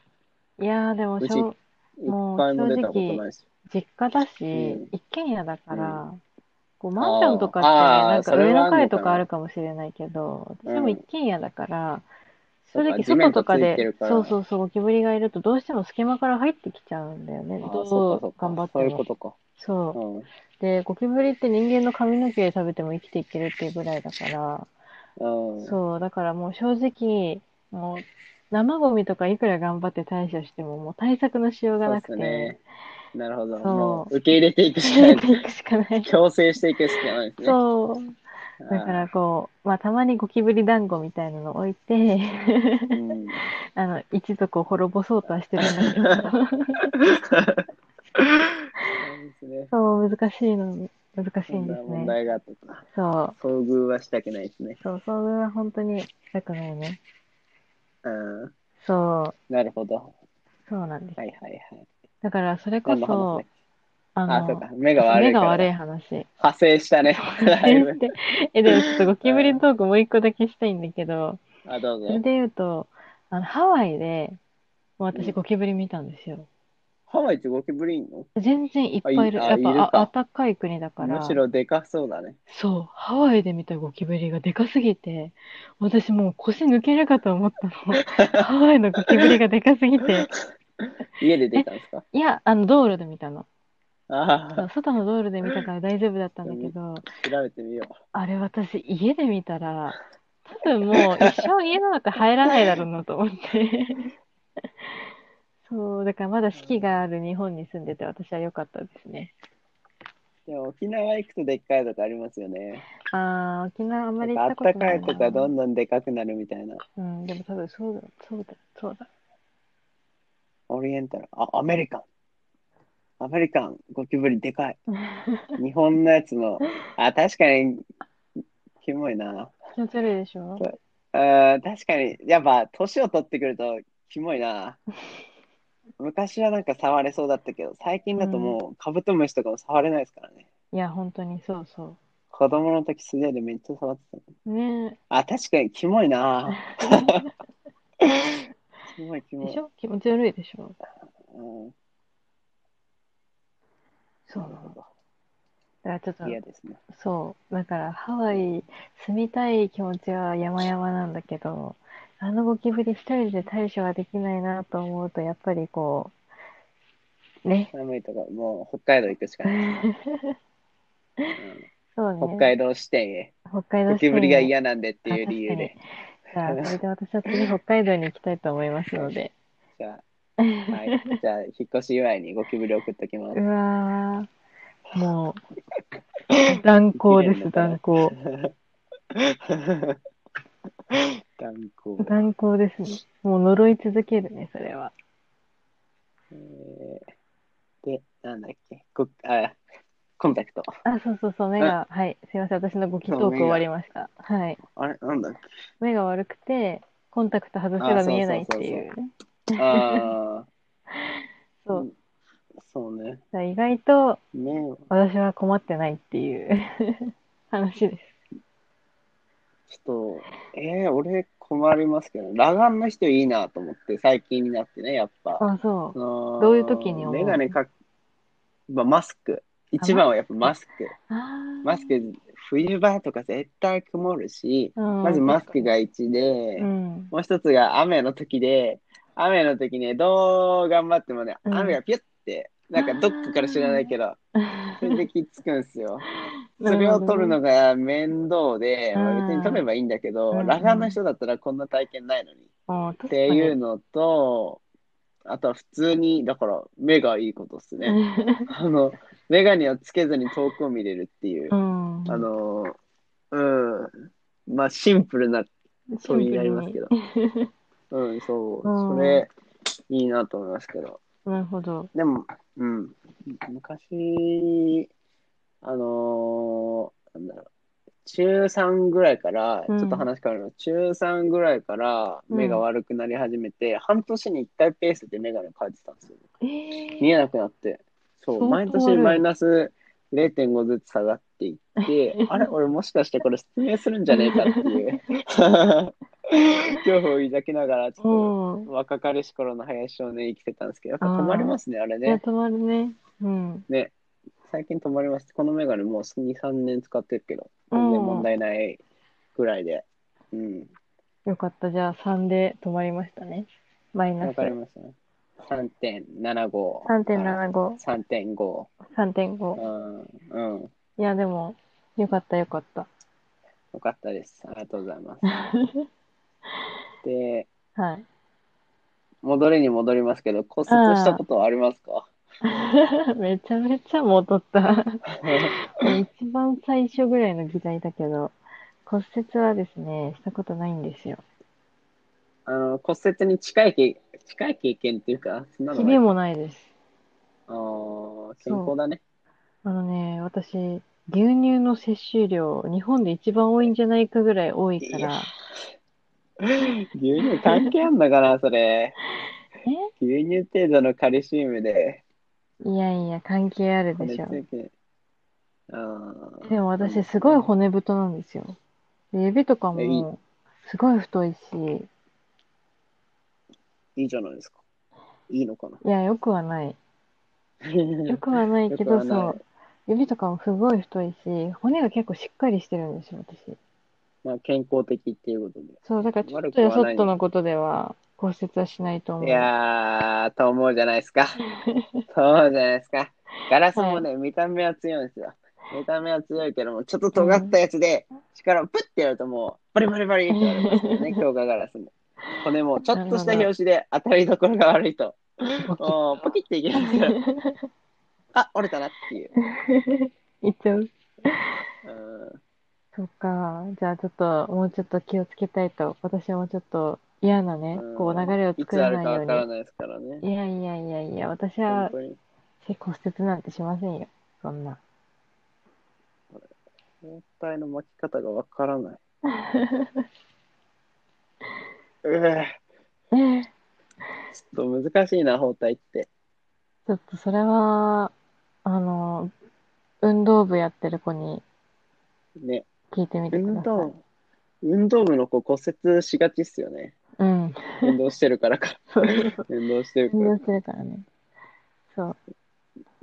Speaker 2: いやーでもしょう、
Speaker 1: 一
Speaker 2: もう
Speaker 1: 回も出たことないし。
Speaker 2: 実家だし、
Speaker 1: うん
Speaker 2: 一軒家だから、こう
Speaker 1: ー
Speaker 2: マンションとかって、
Speaker 1: あー
Speaker 2: なんか
Speaker 1: それ
Speaker 2: 上
Speaker 1: はあんのかな
Speaker 2: の階とかあるかもしれないけど、私でも一軒家だから、
Speaker 1: うん
Speaker 2: 正直
Speaker 1: そうか
Speaker 2: 外とか
Speaker 1: 地面とついて
Speaker 2: で
Speaker 1: る、から
Speaker 2: そうそうそう、ゴキブリがいるとどうしても隙間から入ってきちゃうんだよね。
Speaker 1: あーそ
Speaker 2: ど
Speaker 1: うかそう
Speaker 2: う
Speaker 1: か
Speaker 2: 頑張って
Speaker 1: そう
Speaker 2: も。
Speaker 1: いうことか。。
Speaker 2: そううんで、ゴキブリって人間の髪の毛で食べても生きていけるっていうぐらいだから、
Speaker 1: うん
Speaker 2: そう、だからもう正直、もう生ゴミとかいくら頑張って対処しても、もう対策のしようが
Speaker 1: そう
Speaker 2: な
Speaker 1: っ
Speaker 2: く
Speaker 1: す
Speaker 2: て、
Speaker 1: ね。なるほど。
Speaker 2: そう
Speaker 1: もう受け入れていくしか
Speaker 2: 入
Speaker 1: な
Speaker 2: れ
Speaker 1: い。
Speaker 2: ていくしかない。
Speaker 1: 強制していくしかないですね。
Speaker 2: そ
Speaker 1: う
Speaker 2: う。
Speaker 1: ん
Speaker 2: だからこう、まあたまにゴキブリ団子みたいなの置いて、
Speaker 1: うん
Speaker 2: あの、一族を滅ぼそうとはしてるんだけ ど、
Speaker 1: そうですね。
Speaker 2: そう、難しいの、難しい
Speaker 1: そ
Speaker 2: ん
Speaker 1: ん
Speaker 2: で
Speaker 1: な
Speaker 2: す
Speaker 1: 問
Speaker 2: ね。
Speaker 1: 題があったとか。
Speaker 2: そう。
Speaker 1: 遭遇はしたくないですね。
Speaker 2: そう、それは本当にしたくないね。
Speaker 1: うん。
Speaker 2: そう、
Speaker 1: なるほど。は
Speaker 2: そうなんです。
Speaker 1: いはいはい。
Speaker 2: だから、それこ
Speaker 1: 何の話
Speaker 2: そ
Speaker 1: だっ、けあ、
Speaker 2: あの、
Speaker 1: そうか。目が悪
Speaker 2: 目
Speaker 1: いか
Speaker 2: が
Speaker 1: ら。
Speaker 2: 悪い話。
Speaker 1: 派生したね。だいぶ
Speaker 2: え、でもちょっとゴキブリトークもう一個だけしたいんだけど、
Speaker 1: あ、どう
Speaker 2: それ
Speaker 1: ぞ。
Speaker 2: で言うと、あの、ハワイで、もう
Speaker 1: う
Speaker 2: 私
Speaker 1: ん
Speaker 2: ゴキブリ見たんですよ。
Speaker 1: ハワイってゴキブリいんの
Speaker 2: 全然いっぱいいる。
Speaker 1: あ
Speaker 2: やっ
Speaker 1: い
Speaker 2: ぱ、
Speaker 1: あいるか
Speaker 2: あ、暖かい国だから
Speaker 1: む。しろでかそうだね。
Speaker 2: そう、ハワイで見たゴキブリがでかすぎて、私もう腰抜けるかと思った の。ハワイのゴキブリがでかすぎて。
Speaker 1: 家で出たんですか
Speaker 2: いや、あの、道路で見たの。
Speaker 1: あ
Speaker 2: そう外の道路で見たから大丈夫だったんだけど、
Speaker 1: あ、調べてみよ
Speaker 2: あれ私家で見たら、多分もう一生家の中入らないだろうなと思 って。そう、だからまだ四季がある日本に住んでて私は良かったですね。
Speaker 1: う。でも沖縄行くとでっかいとかありますよね。
Speaker 2: あー、沖縄あんまり行
Speaker 1: あ
Speaker 2: っ
Speaker 1: った
Speaker 2: こ
Speaker 1: た
Speaker 2: とな
Speaker 1: か
Speaker 2: い
Speaker 1: い
Speaker 2: な。
Speaker 1: とかどんどんでかくなるみたいな。
Speaker 2: うん、でも多分そうだ、そうだ、そうだ。
Speaker 1: オリエンタル。あ、アメリカン。アメリカン、ゴキブリでか い。日本のやつも。あ、確かに、キモいな。
Speaker 2: 気持ち悪いでしょ
Speaker 1: うん、確かに、やっぱ、年を取ってくると、キモいな。 昔はなんか触れそうだったけど、最近だともう、カブトムシとかも触れないですからね。
Speaker 2: いや、本当にそうそ
Speaker 1: 子供の時素手でめっちゃ触ってたの。
Speaker 2: う。ね
Speaker 1: あ、確かに、キモいな。 キモい、キ
Speaker 2: え、
Speaker 1: モ
Speaker 2: で
Speaker 1: い
Speaker 2: し。ょ気持ち悪いでしょ
Speaker 1: うん、
Speaker 2: そう
Speaker 1: な
Speaker 2: な
Speaker 1: る
Speaker 2: の。
Speaker 1: ほ
Speaker 2: だからちょっと
Speaker 1: ど。、嫌ですね。
Speaker 2: そう。だからハワイ住みたい気持ちは山々なんだけど、あのゴキブリ一人で対処はできないなと思うと、やっぱりこう、ね。
Speaker 1: 寒いとか、もう、北海道行くしかない。
Speaker 2: そ
Speaker 1: う
Speaker 2: う
Speaker 1: ん北
Speaker 2: ね。
Speaker 1: 海道支店へ。
Speaker 2: 北海道
Speaker 1: ゴ
Speaker 2: 支
Speaker 1: キ
Speaker 2: 店
Speaker 1: ブリが
Speaker 2: へ
Speaker 1: 嫌なんでっていう理由で。
Speaker 2: じゃあ、それで私は次北海道に行きたいと思いますの で。
Speaker 1: じゃあ、はい。じゃあ、引っ越し祝いにゴキブリ送っときます
Speaker 2: う。わー、もう、断行です、断行。
Speaker 1: 断固
Speaker 2: 断行です ね。もう呪い続けるね、それは。
Speaker 1: えーで、なんだっけ、こあコンタクト。
Speaker 2: あ、そうそうそう、目が、はい、すいません、私のゴキトーク終わりました。はい。
Speaker 1: あれ、なんだっ
Speaker 2: 目が悪くてコンタクト外せば見えないっていうね。
Speaker 1: け。ああ、
Speaker 2: そう。
Speaker 1: そうね。
Speaker 2: だから意外と
Speaker 1: ねえ
Speaker 2: 私は困ってないっていう 話です。
Speaker 1: ちょっと、えー、俺困りますけど、裸眼の人いいなと思って、最近になってね、やっぱ。
Speaker 2: あ、そど
Speaker 1: ど
Speaker 2: ういう時に思う
Speaker 1: メガネかまあ、マスク。一番はやっぱマスク。
Speaker 2: う。あー
Speaker 1: マス、ク、冬場とか絶対曇るし、
Speaker 2: うん
Speaker 1: まずマスクが1で、
Speaker 2: うん。
Speaker 1: もう一つが雨の時で、雨の時ね、どう頑張ってもね、
Speaker 2: うん
Speaker 1: 雨がピュッて、なんかどっかから知らないけど、それできっつくんです よ。それを取るのが面倒で、
Speaker 2: うん
Speaker 1: まあ別に取ればいいんだけど、
Speaker 2: うん
Speaker 1: 裸眼の人だったらこんな体験ないのに。
Speaker 2: あー確かに
Speaker 1: っていうのと、あとは普通に、だから目がいいことですね。あの、メガネをつけずに遠くを見れるっていう
Speaker 2: う、ん。
Speaker 1: あの、うん、まあシンプルな
Speaker 2: シンプ
Speaker 1: 問
Speaker 2: ル
Speaker 1: い
Speaker 2: に
Speaker 1: になりますけど。うん、そう、
Speaker 2: うん
Speaker 1: それ、いいなと思いますけど。
Speaker 2: なるほど。
Speaker 1: でも、うん、昔、あのーなんだろう、中3ぐらいから、ち
Speaker 2: うん
Speaker 1: ょっと話変わるの、中3ぐらいから目が悪くなり始めて、半年に1回ペースで眼鏡変えてたんですよ。
Speaker 2: え
Speaker 1: 見
Speaker 2: ー、
Speaker 1: えなくなって。そ
Speaker 2: 相当
Speaker 1: う、毎年
Speaker 2: 悪い
Speaker 1: マイナス0.5ずつ下がっていって、 あれ、俺もしかしてこれ失明するんじゃねえかっていう、恐怖を抱きながら、ちょっと。
Speaker 2: うん。
Speaker 1: 若かりし頃の林少年生きてたんですけど、やっぱ止まりますね、あれ
Speaker 2: いや、
Speaker 1: ね。
Speaker 2: 止まるね。うん。
Speaker 1: ね。最近止まります。このメガネもう2、3年使ってるけど、
Speaker 2: うん
Speaker 1: 全然問題ないぐらいで。うん。
Speaker 2: よかった。じゃあ、3で止まりましたね。マイナ
Speaker 1: わ
Speaker 2: ス。
Speaker 1: かりましたね。3.75。
Speaker 2: 3.75、
Speaker 1: 3.5。
Speaker 2: 3.5。
Speaker 1: うん。うん。
Speaker 2: いや、でも、よかった、よかった。
Speaker 1: よかったです。ありがとうござい ます。で、
Speaker 2: はい。
Speaker 1: 戻りに戻りますけど、骨折したことはありますか
Speaker 2: めちゃめちゃ 戻った。一番最初ぐらいの議題だけど、骨折はですね、したことないんですよ。
Speaker 1: あの骨折に近い経近い経験っていうか、そんなの
Speaker 2: ひ
Speaker 1: ない
Speaker 2: びもないです。
Speaker 1: あー健康だね。
Speaker 2: あのね、私、牛乳の摂取量、日本で一番多いんじゃないかぐらい多いか
Speaker 1: いや
Speaker 2: ら、
Speaker 1: 牛乳関係あんのかな、そ れ。牛乳程度のカルシウムで、
Speaker 2: いやいや、関係あるでしょ。
Speaker 1: 骨折あー
Speaker 2: でも私、すごい骨太なんですよ。で指とかも、すごい太いし、
Speaker 1: いいじゃないですか。いいのかな。
Speaker 2: いや、よくはない。よくはないけ
Speaker 1: よ
Speaker 2: ど、
Speaker 1: くはない
Speaker 2: そ。
Speaker 1: う
Speaker 2: 指とかもすごい太いし、骨が結構しっかりしてるんですよ、私。
Speaker 1: まあ、健康的っていうことで。
Speaker 2: そう、だからちょっ
Speaker 1: 悪
Speaker 2: と
Speaker 1: くは
Speaker 2: や
Speaker 1: ない
Speaker 2: そっとのことでは骨折はしないと思う。
Speaker 1: いやー、と思うじゃないですか。そうじゃないですか。ガラスもね、見た目は強いんですよ。見た目は強いけども、ちょっと尖ったやつで、力をプッてやるともう、バリバリバリってやりますよ ね、強化ガラスも。骨も、ちょっとした拍子で当たりどころが悪いと、もうポキっていけますから。あ、折れたなっていう。
Speaker 2: いっちゃ
Speaker 1: う
Speaker 2: う。
Speaker 1: ん
Speaker 2: そっか。じゃあちょっと、もうちょっと気をつけたいと。私はもうちょっと嫌なね、こう流れを
Speaker 1: い
Speaker 2: 作
Speaker 1: つあ
Speaker 2: ら
Speaker 1: る
Speaker 2: ない
Speaker 1: か
Speaker 2: よう
Speaker 1: わ
Speaker 2: に。
Speaker 1: からないですからね。
Speaker 2: いやいやいやいや、私
Speaker 1: 本
Speaker 2: は
Speaker 1: 当に。
Speaker 2: 骨折なんてしませんよ。そんな。
Speaker 1: 包帯の巻き方がわから ない。うえ
Speaker 2: えー
Speaker 1: ちょっと難しいな、包帯って。
Speaker 2: ちょっとそれは、あの、運動部やってる子に
Speaker 1: ね。
Speaker 2: 聞いてみてく
Speaker 1: 運
Speaker 2: ださい
Speaker 1: 動。、運動部の子骨折しがちっすよ ね。
Speaker 2: うん。
Speaker 1: 運動してるからか。運動してるか
Speaker 2: 運動
Speaker 1: ら。
Speaker 2: してるからね。そ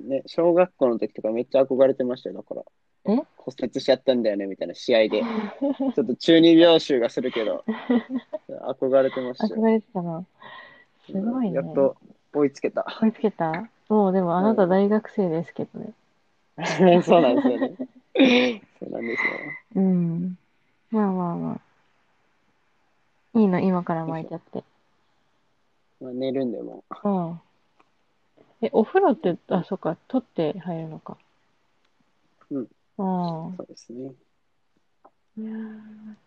Speaker 2: う。
Speaker 1: ね、小学校の時とかめっちゃ憧れてましたよ、だから。
Speaker 2: え
Speaker 1: 骨折しちゃったんだよね、みたいな試合 で。ちょっと中二病臭がするけど、憧れてましたよ。
Speaker 2: 憧れてたな。すごいね
Speaker 1: やっと追いつけた。
Speaker 2: 追いつけたもうでもあなた大学生ですけどね。
Speaker 1: そうなんですよね。そうなんですよ。
Speaker 2: うん。まあまあまあ。いいの、今から巻いちゃって。
Speaker 1: まあ、寝るんでも。
Speaker 2: うん。え、お風呂って、あ、そっか、取って入るのか。
Speaker 1: うん。
Speaker 2: ああ。
Speaker 1: そうですね。
Speaker 2: いやー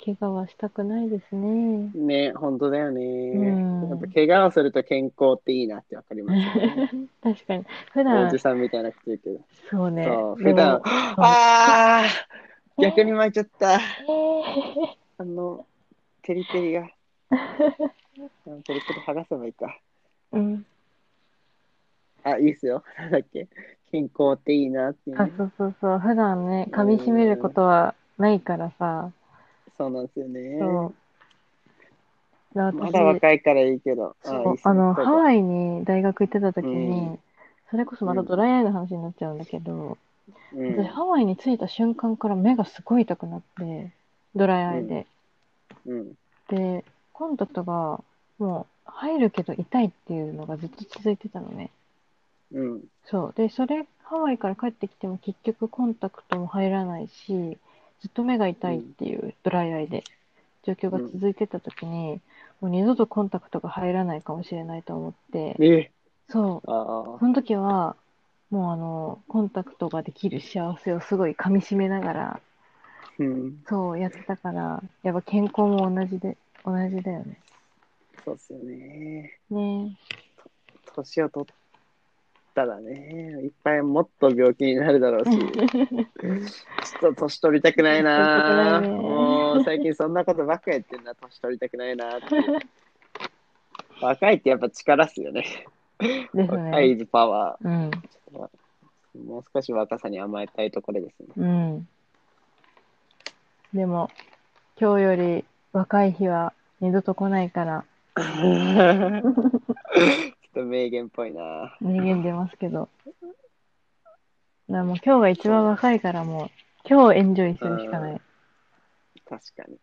Speaker 2: 怪我はしたくないですね。
Speaker 1: ね、本当だよね。
Speaker 2: うん
Speaker 1: やっぱ怪我をすると健康っていいなってわかりますよ ね。
Speaker 2: 確かに。普
Speaker 1: お
Speaker 2: 段
Speaker 1: じ、さんみたいなこと言うけど。
Speaker 2: そうね。
Speaker 1: そう、
Speaker 2: で
Speaker 1: 普
Speaker 2: も
Speaker 1: 段、あー逆に巻いちゃった。
Speaker 2: えー
Speaker 1: あの、テリテリが。あのテリテリ剥がせばいいか。
Speaker 2: うん。
Speaker 1: あ、いいっすよ。なんだっけ健康っていいなっていう
Speaker 2: あ
Speaker 1: ね、
Speaker 2: そうそうそう普段ね噛み締めることはないからさ、
Speaker 1: そうなんですよね。
Speaker 2: そうだから
Speaker 1: ま
Speaker 2: 私
Speaker 1: だ若いからいいけど。
Speaker 2: そう
Speaker 1: いいっすね
Speaker 2: あの
Speaker 1: そう
Speaker 2: ハ
Speaker 1: だ
Speaker 2: ワイに大学行ってた時に、
Speaker 1: うん
Speaker 2: それこそまたドライアイの話になっちゃうんだけど、
Speaker 1: うん
Speaker 2: 私ハワイに着いた瞬間から目がすごい痛くなってドライアイで、
Speaker 1: うん。
Speaker 2: でコンタクトがもう入るけど痛いっていうのがずっと続いてたのね
Speaker 1: うん。
Speaker 2: そうでそれハワイから帰ってきても結局コンタクトも入らないしずっと目が痛いっていうドライアイで状況が続いてた時に、もう二度とコンタクトが入らないかもしれないと思って、
Speaker 1: え
Speaker 2: そう
Speaker 1: ああ。
Speaker 2: その時は、もうあの、コンタクトができる幸せをすごい噛み締めながら、
Speaker 1: うん。
Speaker 2: そうやってたから、やっぱ健康も同じで、同じだよね。
Speaker 1: そうっすよね。
Speaker 2: ね
Speaker 1: 年を取ったらね、いっぱいもっと病気になるだろう し。ちょっと年取りたくないな
Speaker 2: 年取りたくないね
Speaker 1: もう最近そんなことばっかやってんな、年取りたくないなって。若いってやっぱ力っすよね。
Speaker 2: です
Speaker 1: 若
Speaker 2: ね。
Speaker 1: いパワ
Speaker 2: うん。
Speaker 1: ー。もう少し若さに甘えたいところです ね。
Speaker 2: うん。でも、今日より若い日は二度と来ないから、
Speaker 1: ちょっと名言っぽいな。
Speaker 2: 名言出ますけど。だからもう今日が一番若いからもう、今日をエンジョイするしかない。
Speaker 1: 確かに。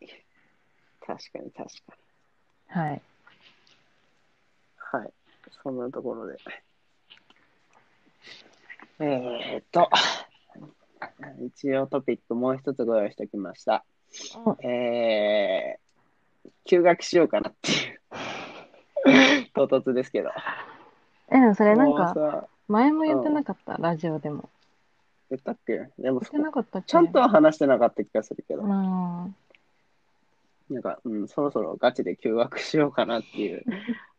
Speaker 1: 確かに、確か
Speaker 2: はい。
Speaker 1: に。はい。そんなところで。えー、っと、一応トピックもう一つご用意しておきました。
Speaker 2: お
Speaker 1: えー、休学しようかなっていう。唐突ですけど。
Speaker 2: え、でもそれなんか、
Speaker 1: もうさ
Speaker 2: 前も言ってなかった、ラジオでも。
Speaker 1: 言ったっけでも
Speaker 2: 言っ
Speaker 1: そ
Speaker 2: てなかったっけ
Speaker 1: ちゃんとは話してなかった気がするけど。
Speaker 2: ま
Speaker 1: なんか、うん、そろそろガチで休学しようかなって いう。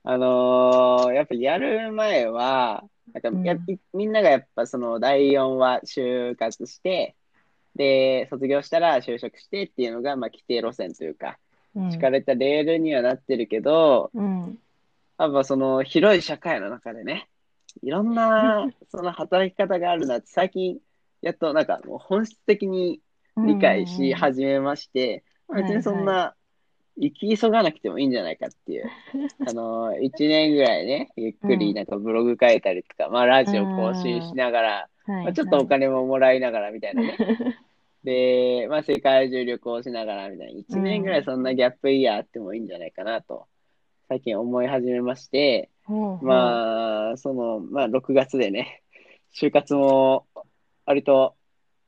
Speaker 1: あのーやっぱやる前は、なんかや、
Speaker 2: うん
Speaker 1: いみんながやっぱその第4話就活して、で、卒業したら就職してっていうのが、まあ、規定路線というか、
Speaker 2: あ、うん
Speaker 1: 敷かれたレールにはなってるけど、
Speaker 2: うん。
Speaker 1: やっぱその広い社会の中でね、いろんなその働き方があるなって、最近、やっとなんかもう本質的に理解し始めまして、
Speaker 2: うんうん
Speaker 1: 別にそん
Speaker 2: は
Speaker 1: な行き急がなくてもいいんじゃないかっていう、あの1年ぐらいねゆっく
Speaker 2: うん
Speaker 1: りなんかブログ書いたりとか、まあ、ラジオ更新しながら、
Speaker 2: うん、
Speaker 1: まあ、ちょっとお金ももらいながらみたいなね、 で、まあ、世界中旅行しながらみたいな1年ぐらいそんなギャップイヤーあってもいいんじゃないかなと最近思い始めまして、
Speaker 2: あ、
Speaker 1: まあその、まあ、6月でね就活も割と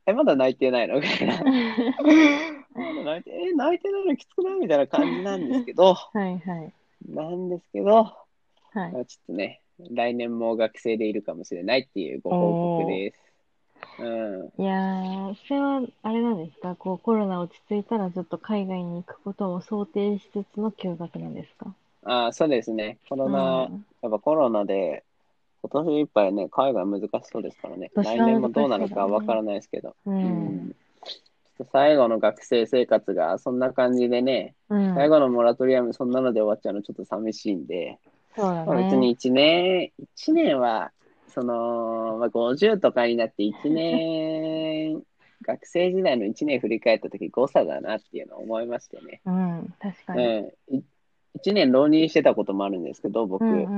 Speaker 1: えまだ泣いてないのみたいな。泣いて、え、泣いてないのきつくないみたいな感じなんですけ ど、
Speaker 2: はいはい。
Speaker 1: なんですけど、
Speaker 2: はい
Speaker 1: ま。あちょっとね、来年も学生でいるかもしれないっていうご報告です。うん、
Speaker 2: いやー、それは、あれなんですかこう、コロナ落ち着いたら、ちょっと海外に行くことを想定しつつの休学なんですか
Speaker 1: あそうですね、コロナ、
Speaker 2: うん
Speaker 1: やっぱコロナで、今年いっぱいね、海外難しそうですからね、
Speaker 2: 今
Speaker 1: 来
Speaker 2: 年は
Speaker 1: 年もどうなるかわからないですけど、
Speaker 2: う。
Speaker 1: うんちょっと最後の学生生活がそんな感じでね、
Speaker 2: うん。
Speaker 1: 最後のモラトリアムそんなので終わっちゃうのちょっと寂しいんで、
Speaker 2: そうだ
Speaker 1: まあ
Speaker 2: ね。
Speaker 1: 別に1年、1年は、その、まあ、50とかになって1年、 学生時代の1年振り返った時誤差だなっていうのを思いましてね。
Speaker 2: うん、確かに。
Speaker 1: うん。い1年浪人してたこともあるんですけど、僕。
Speaker 2: うんうん。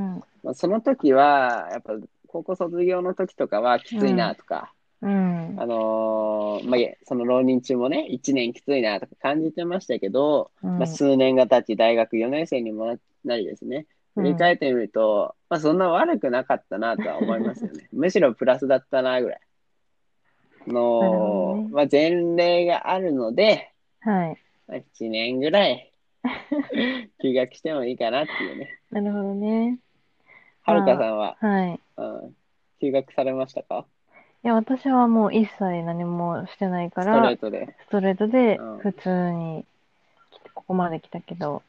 Speaker 1: まあ、その時は、やっぱ、高校卒業の時とかはきついなとか、
Speaker 2: うん。
Speaker 1: あのーまあいえ、その浪人中もね、1年きついなとか感じてましたけど、
Speaker 2: うん
Speaker 1: まあ、数年が経ち、大学4年生にもななりですね、
Speaker 2: うん
Speaker 1: 振り返ってみると、まあ、そんな悪くなかったなとは思います よね。むしろプラスだったなぐらい
Speaker 2: なるほ
Speaker 1: の、
Speaker 2: どね
Speaker 1: まあ、前例があるので、
Speaker 2: はい。
Speaker 1: まあ1年ぐら い休学してもいいかなっていうね。
Speaker 2: なるほどね。
Speaker 1: はるかさんは、
Speaker 2: はい。
Speaker 1: うん、休学されましたか
Speaker 2: いや、私はもう一切何もしてないか
Speaker 1: ストレ
Speaker 2: ら
Speaker 1: ー、トで。
Speaker 2: ストレートで
Speaker 1: うん
Speaker 2: 普通に来てここまで来たけど、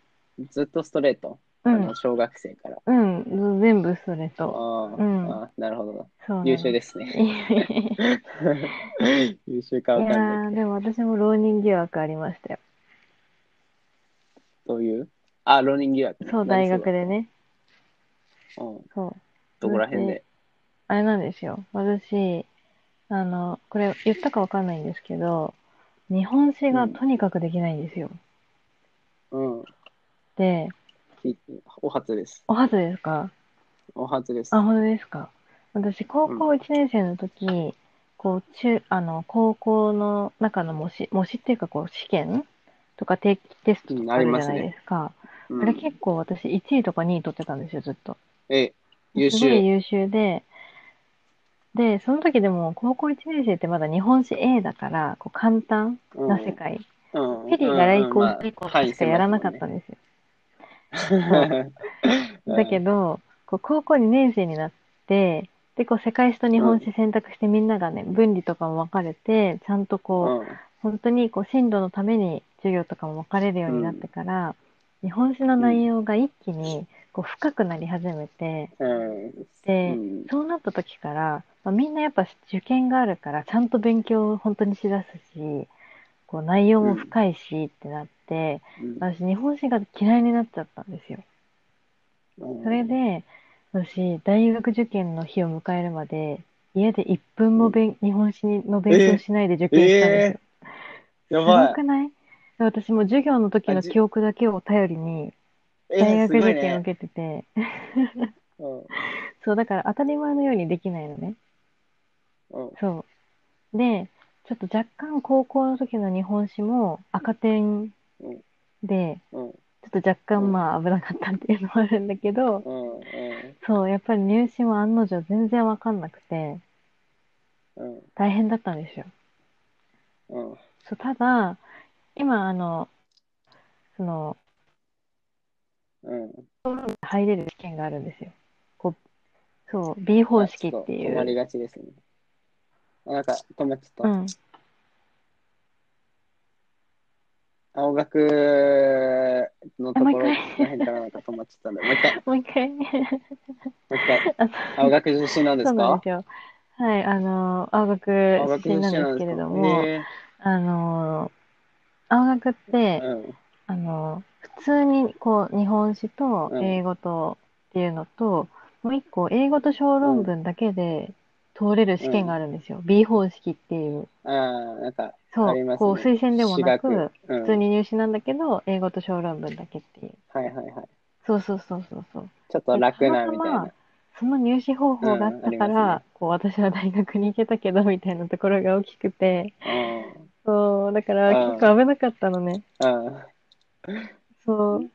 Speaker 1: ずっとストレート。
Speaker 2: う
Speaker 1: あ
Speaker 2: ん
Speaker 1: の、小学生から。
Speaker 2: うん、全部ストレート。
Speaker 1: あー
Speaker 2: うん
Speaker 1: あーなるほど。
Speaker 2: そうなの
Speaker 1: 優秀です ね。
Speaker 2: いやい
Speaker 1: 優秀か
Speaker 2: や
Speaker 1: わかんないけど
Speaker 2: ー、でも私も浪人疑惑ありましたよ。
Speaker 1: どういうあ、浪人疑惑。
Speaker 2: そう、大学でね。
Speaker 1: 何それ。うん。
Speaker 2: そう。
Speaker 1: どこら辺で。
Speaker 2: あれなんですよ。私、あの、これ言ったかわかんないんですけど、日本史がとにかくできないんですよ。
Speaker 1: うん。
Speaker 2: で、
Speaker 1: ひお初です。
Speaker 2: おはずですか
Speaker 1: お初です。
Speaker 2: あ、本当ですか。私、高校1年生の時、こう、中、あの、高校の中の模試、模試っていうか、こう、試験とか定期テストとかあるじゃないですか。
Speaker 1: う
Speaker 2: あ
Speaker 1: ん
Speaker 2: れ結構私、1位とか2位取ってたんですよ、ずっと。
Speaker 1: え、優
Speaker 2: すごい
Speaker 1: 秀。
Speaker 2: 優秀で、で、その時でも、高校1年生ってまだ日本史 A だから、こう、簡単
Speaker 1: うん
Speaker 2: な世界。
Speaker 1: うん
Speaker 2: ペリーが来
Speaker 1: うん
Speaker 2: 校
Speaker 1: まあ
Speaker 2: 以降しかやらな かったんですよ。だけど、こう高校2年生になって、で、こう世界史と日本史選択してみんながね、分離とかも分かれて、ちゃんとこう、
Speaker 1: うん
Speaker 2: 本当にこう進路のために授業とかも分かれるようになってから、日本史の内容が一気にこう深くなり始めて、
Speaker 1: うん
Speaker 2: で
Speaker 1: うん
Speaker 2: そうなった時から、まあ、みんなやっぱ受験があるから、ちゃんと勉強を本当にしだすし、こう内容も深いしってなって、私日本史が嫌いになっちゃったんですよ。
Speaker 1: うん
Speaker 2: それで、私、大学受験の日を迎えるまで、家で1分もべん日本史の勉強しないで受験したんですよ。
Speaker 1: や
Speaker 2: す
Speaker 1: ば
Speaker 2: ごくない私も授業の時の記憶だけを頼りに、
Speaker 1: い。
Speaker 2: 大
Speaker 1: えー
Speaker 2: 学
Speaker 1: すご
Speaker 2: 受
Speaker 1: い
Speaker 2: 験を
Speaker 1: ね
Speaker 2: 受けてて、
Speaker 1: うん
Speaker 2: そう、だから当たり前のようにできないのね。
Speaker 1: うん
Speaker 2: そう。で、ちょっと若干高校の時の日本史も赤点で、
Speaker 1: うん
Speaker 2: ちょっと若干まあ危なかったっていうのもあるんだけど、
Speaker 1: うん
Speaker 2: そう、やっぱり入試も案の定全然わかんなくて、
Speaker 1: うん
Speaker 2: 大変だったんですよ。
Speaker 1: うん
Speaker 2: そう、ただ、今、あの、その、
Speaker 1: うん
Speaker 2: 入れる試験があるんですよ。こう、そう、B 方式ってい
Speaker 1: 止まり
Speaker 2: う。
Speaker 1: がちですね。あなんか止まっちゃ
Speaker 2: う
Speaker 1: っ
Speaker 2: ん。
Speaker 1: た。青学のところ
Speaker 2: もう
Speaker 1: ら
Speaker 2: 一回
Speaker 1: 辺からなんか止まっちゃったんで、もう一回、も
Speaker 2: もう一回。
Speaker 1: う一回。
Speaker 2: あ
Speaker 1: 青学出身なんで
Speaker 2: そ
Speaker 1: す
Speaker 2: うな
Speaker 1: か
Speaker 2: んですよ。はい、あの、青学
Speaker 1: 青学
Speaker 2: 出
Speaker 1: 出
Speaker 2: 身
Speaker 1: 身
Speaker 2: なんで
Speaker 1: なんで
Speaker 2: すけ
Speaker 1: す
Speaker 2: れ
Speaker 1: か
Speaker 2: ども、
Speaker 1: え
Speaker 2: あの、青学って、
Speaker 1: ー
Speaker 2: あの、普通に、こう、日本史と
Speaker 1: うん
Speaker 2: 英語とっていうのと、もう一個、英語と小論文だけで通れる試験があるんですよ。B 方式っていう。
Speaker 1: うん。ああ、なんか、
Speaker 2: そう、
Speaker 1: ありますね
Speaker 2: こう推薦でもなく、
Speaker 1: 私学うん
Speaker 2: 普通に入試なんだけど、英語と小論文だけっていう。
Speaker 1: はいはいはい。
Speaker 2: そうそうそうそうそう。
Speaker 1: ちょっと楽なみたい
Speaker 2: たまた
Speaker 1: な
Speaker 2: ま。その入試方法があ
Speaker 1: う
Speaker 2: ったか
Speaker 1: んありま
Speaker 2: ら、こう私は大学に行けたけどみたいなところが大きくて、
Speaker 1: うん
Speaker 2: そう、だから
Speaker 1: うん
Speaker 2: 結構危なかったのね。
Speaker 1: うん
Speaker 2: そう、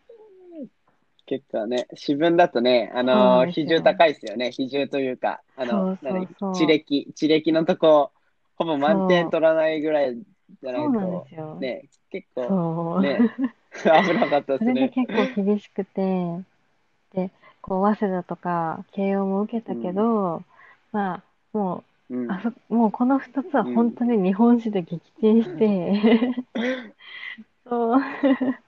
Speaker 1: 結構ね、私分だとね、あ
Speaker 2: そうな
Speaker 1: のー、
Speaker 2: んですよ
Speaker 1: 比重高いですよね。比重というか、あの、
Speaker 2: そうそうそう
Speaker 1: 何地歴、地歴のとこ、ほぼ満点取らないぐらいじゃない
Speaker 2: そうなん
Speaker 1: と
Speaker 2: で、すよ。
Speaker 1: ね、結構、
Speaker 2: そう。
Speaker 1: ね、 危なかったで
Speaker 2: そ
Speaker 1: す
Speaker 2: れが
Speaker 1: ね。
Speaker 2: 結構厳しくて、で、こう、早稲田とか慶応も受けたけど、まあ、もう、
Speaker 1: うん
Speaker 2: あそ、もうこの2つは本当に日本史で撃沈して、そう、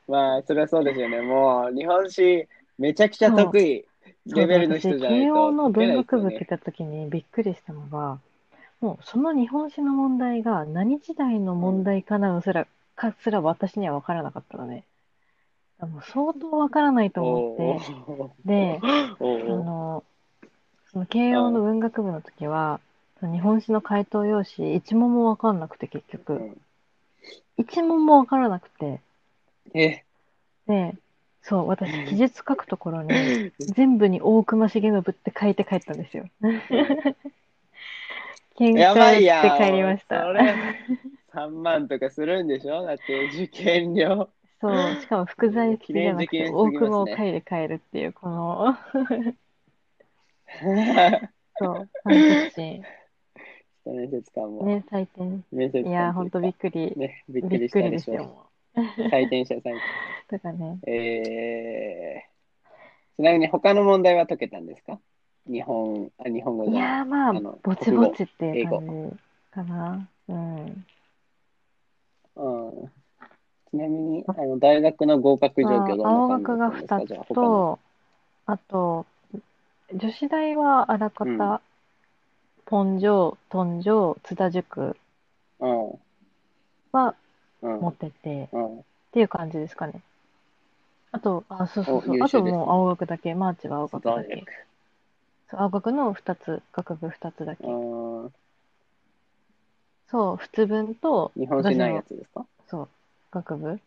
Speaker 1: まあ、それはそうですよね。もう、日本史、めちゃくちゃ得意レベルの人じゃない
Speaker 2: 慶応の
Speaker 1: と解け
Speaker 2: 文
Speaker 1: ないです
Speaker 2: 学
Speaker 1: よ
Speaker 2: 部
Speaker 1: ね
Speaker 2: 受けた時にびっくりしたのが、もうその日本史の問題が何時代の問題かなのすら、かすら私には分からなかったのね。もう相当分からないと思って、で、
Speaker 1: おーお
Speaker 2: あ
Speaker 1: ー
Speaker 2: の、その慶応の文学部の時は、その日本史の回答用紙一問も分かんなくて結
Speaker 1: う
Speaker 2: 局、
Speaker 1: ん
Speaker 2: 一問も分からなくて、
Speaker 1: え、
Speaker 2: で、そう、私、記述書くところに、全部に大隈重信って書いて帰ったんですよ。喧
Speaker 1: やばい
Speaker 2: 嘩
Speaker 1: や
Speaker 2: 打っ
Speaker 1: ん
Speaker 2: て帰りました
Speaker 1: そ。れ、3万とかするんでしょだって、受験 料。
Speaker 2: そう、しかも副材付きじゃなく
Speaker 1: 記念事
Speaker 2: て、
Speaker 1: 件
Speaker 2: 大
Speaker 1: すぎますね
Speaker 2: 隈を書いて帰るっていう、こ の、そう、反骨心。
Speaker 1: 面接官も。
Speaker 2: ね、採点。
Speaker 1: 面接官
Speaker 2: いやー、ほんとびっくり。
Speaker 1: ね、び
Speaker 2: び
Speaker 1: っくり
Speaker 2: っ
Speaker 1: した
Speaker 2: く
Speaker 1: で
Speaker 2: りで
Speaker 1: し
Speaker 2: す
Speaker 1: ょ
Speaker 2: よ、
Speaker 1: う。
Speaker 2: も
Speaker 1: 採点者採点。
Speaker 2: う。だからね、
Speaker 1: えー、ちなみに他の問題は解けたんですか日本、あ、日本語
Speaker 2: い
Speaker 1: じゃない。
Speaker 2: やー、まあ、
Speaker 1: あの
Speaker 2: ぼちぼちっていう
Speaker 1: 国
Speaker 2: 感じかな。うん。
Speaker 1: うん、ちなみに、あの、大学の合格状況どんな
Speaker 2: あ青
Speaker 1: 感じだ
Speaker 2: 学
Speaker 1: ったん
Speaker 2: が
Speaker 1: ですか
Speaker 2: 2
Speaker 1: じゃあ
Speaker 2: つ
Speaker 1: 他の。
Speaker 2: と、あと、女子大はあらか
Speaker 1: うん
Speaker 2: た、ポンジョー、トンジョー、津田塾は
Speaker 1: うん、うん
Speaker 2: 持ってて、っ
Speaker 1: うん。
Speaker 2: ていう感じですかね。あと、あ、そうそうそう
Speaker 1: お優秀
Speaker 2: あと
Speaker 1: ですね
Speaker 2: もう青学だけ、マーチは青学だけ。そう青学の2つ、学部2つだけ
Speaker 1: あ。ー
Speaker 2: そう、仏文と、
Speaker 1: 日本史ないやつですか
Speaker 2: そう、学部。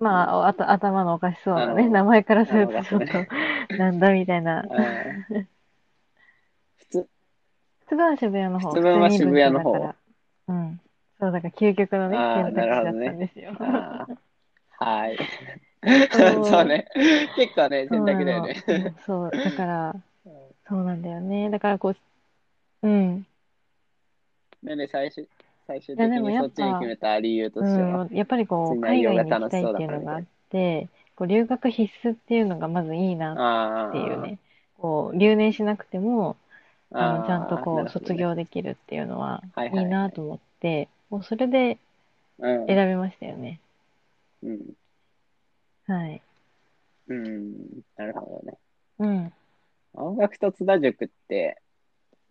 Speaker 2: まあ、あと頭のおかしそうな
Speaker 1: あ
Speaker 2: ね、
Speaker 1: の
Speaker 2: 名前からすると
Speaker 1: あの
Speaker 2: ちょっと、なんだみたいな。
Speaker 1: あー
Speaker 2: 普通は渋谷の方。
Speaker 1: 普通は渋谷の方
Speaker 2: 普通に文系だから。うん。そう、だから究極のね、
Speaker 1: あー
Speaker 2: 選択肢だ
Speaker 1: なるほど
Speaker 2: ったん
Speaker 1: ね
Speaker 2: ですよ。
Speaker 1: あーはい。
Speaker 2: そ う
Speaker 1: そうね。結構ね、
Speaker 2: そ
Speaker 1: 選
Speaker 2: うな
Speaker 1: 択だよ
Speaker 2: の
Speaker 1: ね。
Speaker 2: うんそう、だから、そうなんだよね。だからこう、うん。
Speaker 1: なんで最終、最終
Speaker 2: いや
Speaker 1: 的
Speaker 2: でも
Speaker 1: に
Speaker 2: やっ
Speaker 1: そ
Speaker 2: ぱ
Speaker 1: っちに決めた理由と
Speaker 2: う
Speaker 1: しては。
Speaker 2: ん、やっぱりこ
Speaker 1: 普
Speaker 2: う、
Speaker 1: 通に内
Speaker 2: 海
Speaker 1: 容が
Speaker 2: 外に行きたいっていうのがあって、こう留学必須っていうのがまずいいな
Speaker 1: ああ。
Speaker 2: っていうね。こう、留年しなくても、あの、ちゃんとこう、
Speaker 1: なるほど
Speaker 2: 卒
Speaker 1: ね。
Speaker 2: 業できるっていうのは、
Speaker 1: はい
Speaker 2: い
Speaker 1: はい
Speaker 2: いなと思って、もうそれで
Speaker 1: うん
Speaker 2: 選びましたよね。
Speaker 1: うん。
Speaker 2: はい。
Speaker 1: うん。なるほどね。
Speaker 2: うん。
Speaker 1: 青学と津田塾って、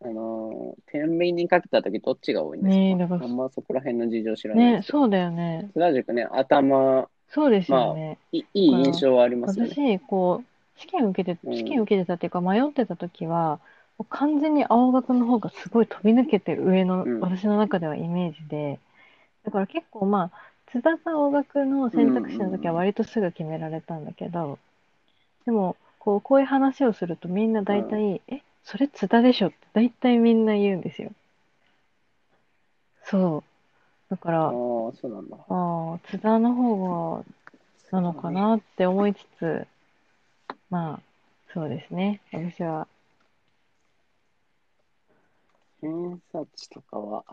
Speaker 1: あのー、天秤にかけたときどっちが多いんです
Speaker 2: ねえだ
Speaker 1: か
Speaker 2: から
Speaker 1: あんまそこら辺の事情知らないで
Speaker 2: ね、
Speaker 1: すけど。
Speaker 2: そうだよね。
Speaker 1: 津田塾ね、頭、
Speaker 2: そうですよね。
Speaker 1: いいい印象はありますよね。
Speaker 2: 私、こう、試験受けて、
Speaker 1: うん
Speaker 2: 試験受けてたっていうか、迷ってた時は、もう完全に青学の方がすごい飛び抜けてる上の、
Speaker 1: うん
Speaker 2: 私の中ではイメージで、だから結構まあ、津田さん青学の選択肢の時は割とすぐ決められたんだけど、でも、こう、こういう話をするとみんな大体、え、それ津田でしょって大体みんな言うんですよ。そう。だか
Speaker 1: ああ
Speaker 2: ら、
Speaker 1: ー、そうなんだ。
Speaker 2: ああ、津田の方がなのかなって思いつつ、まあ、そうですね。私は、
Speaker 1: 偏差値とかは、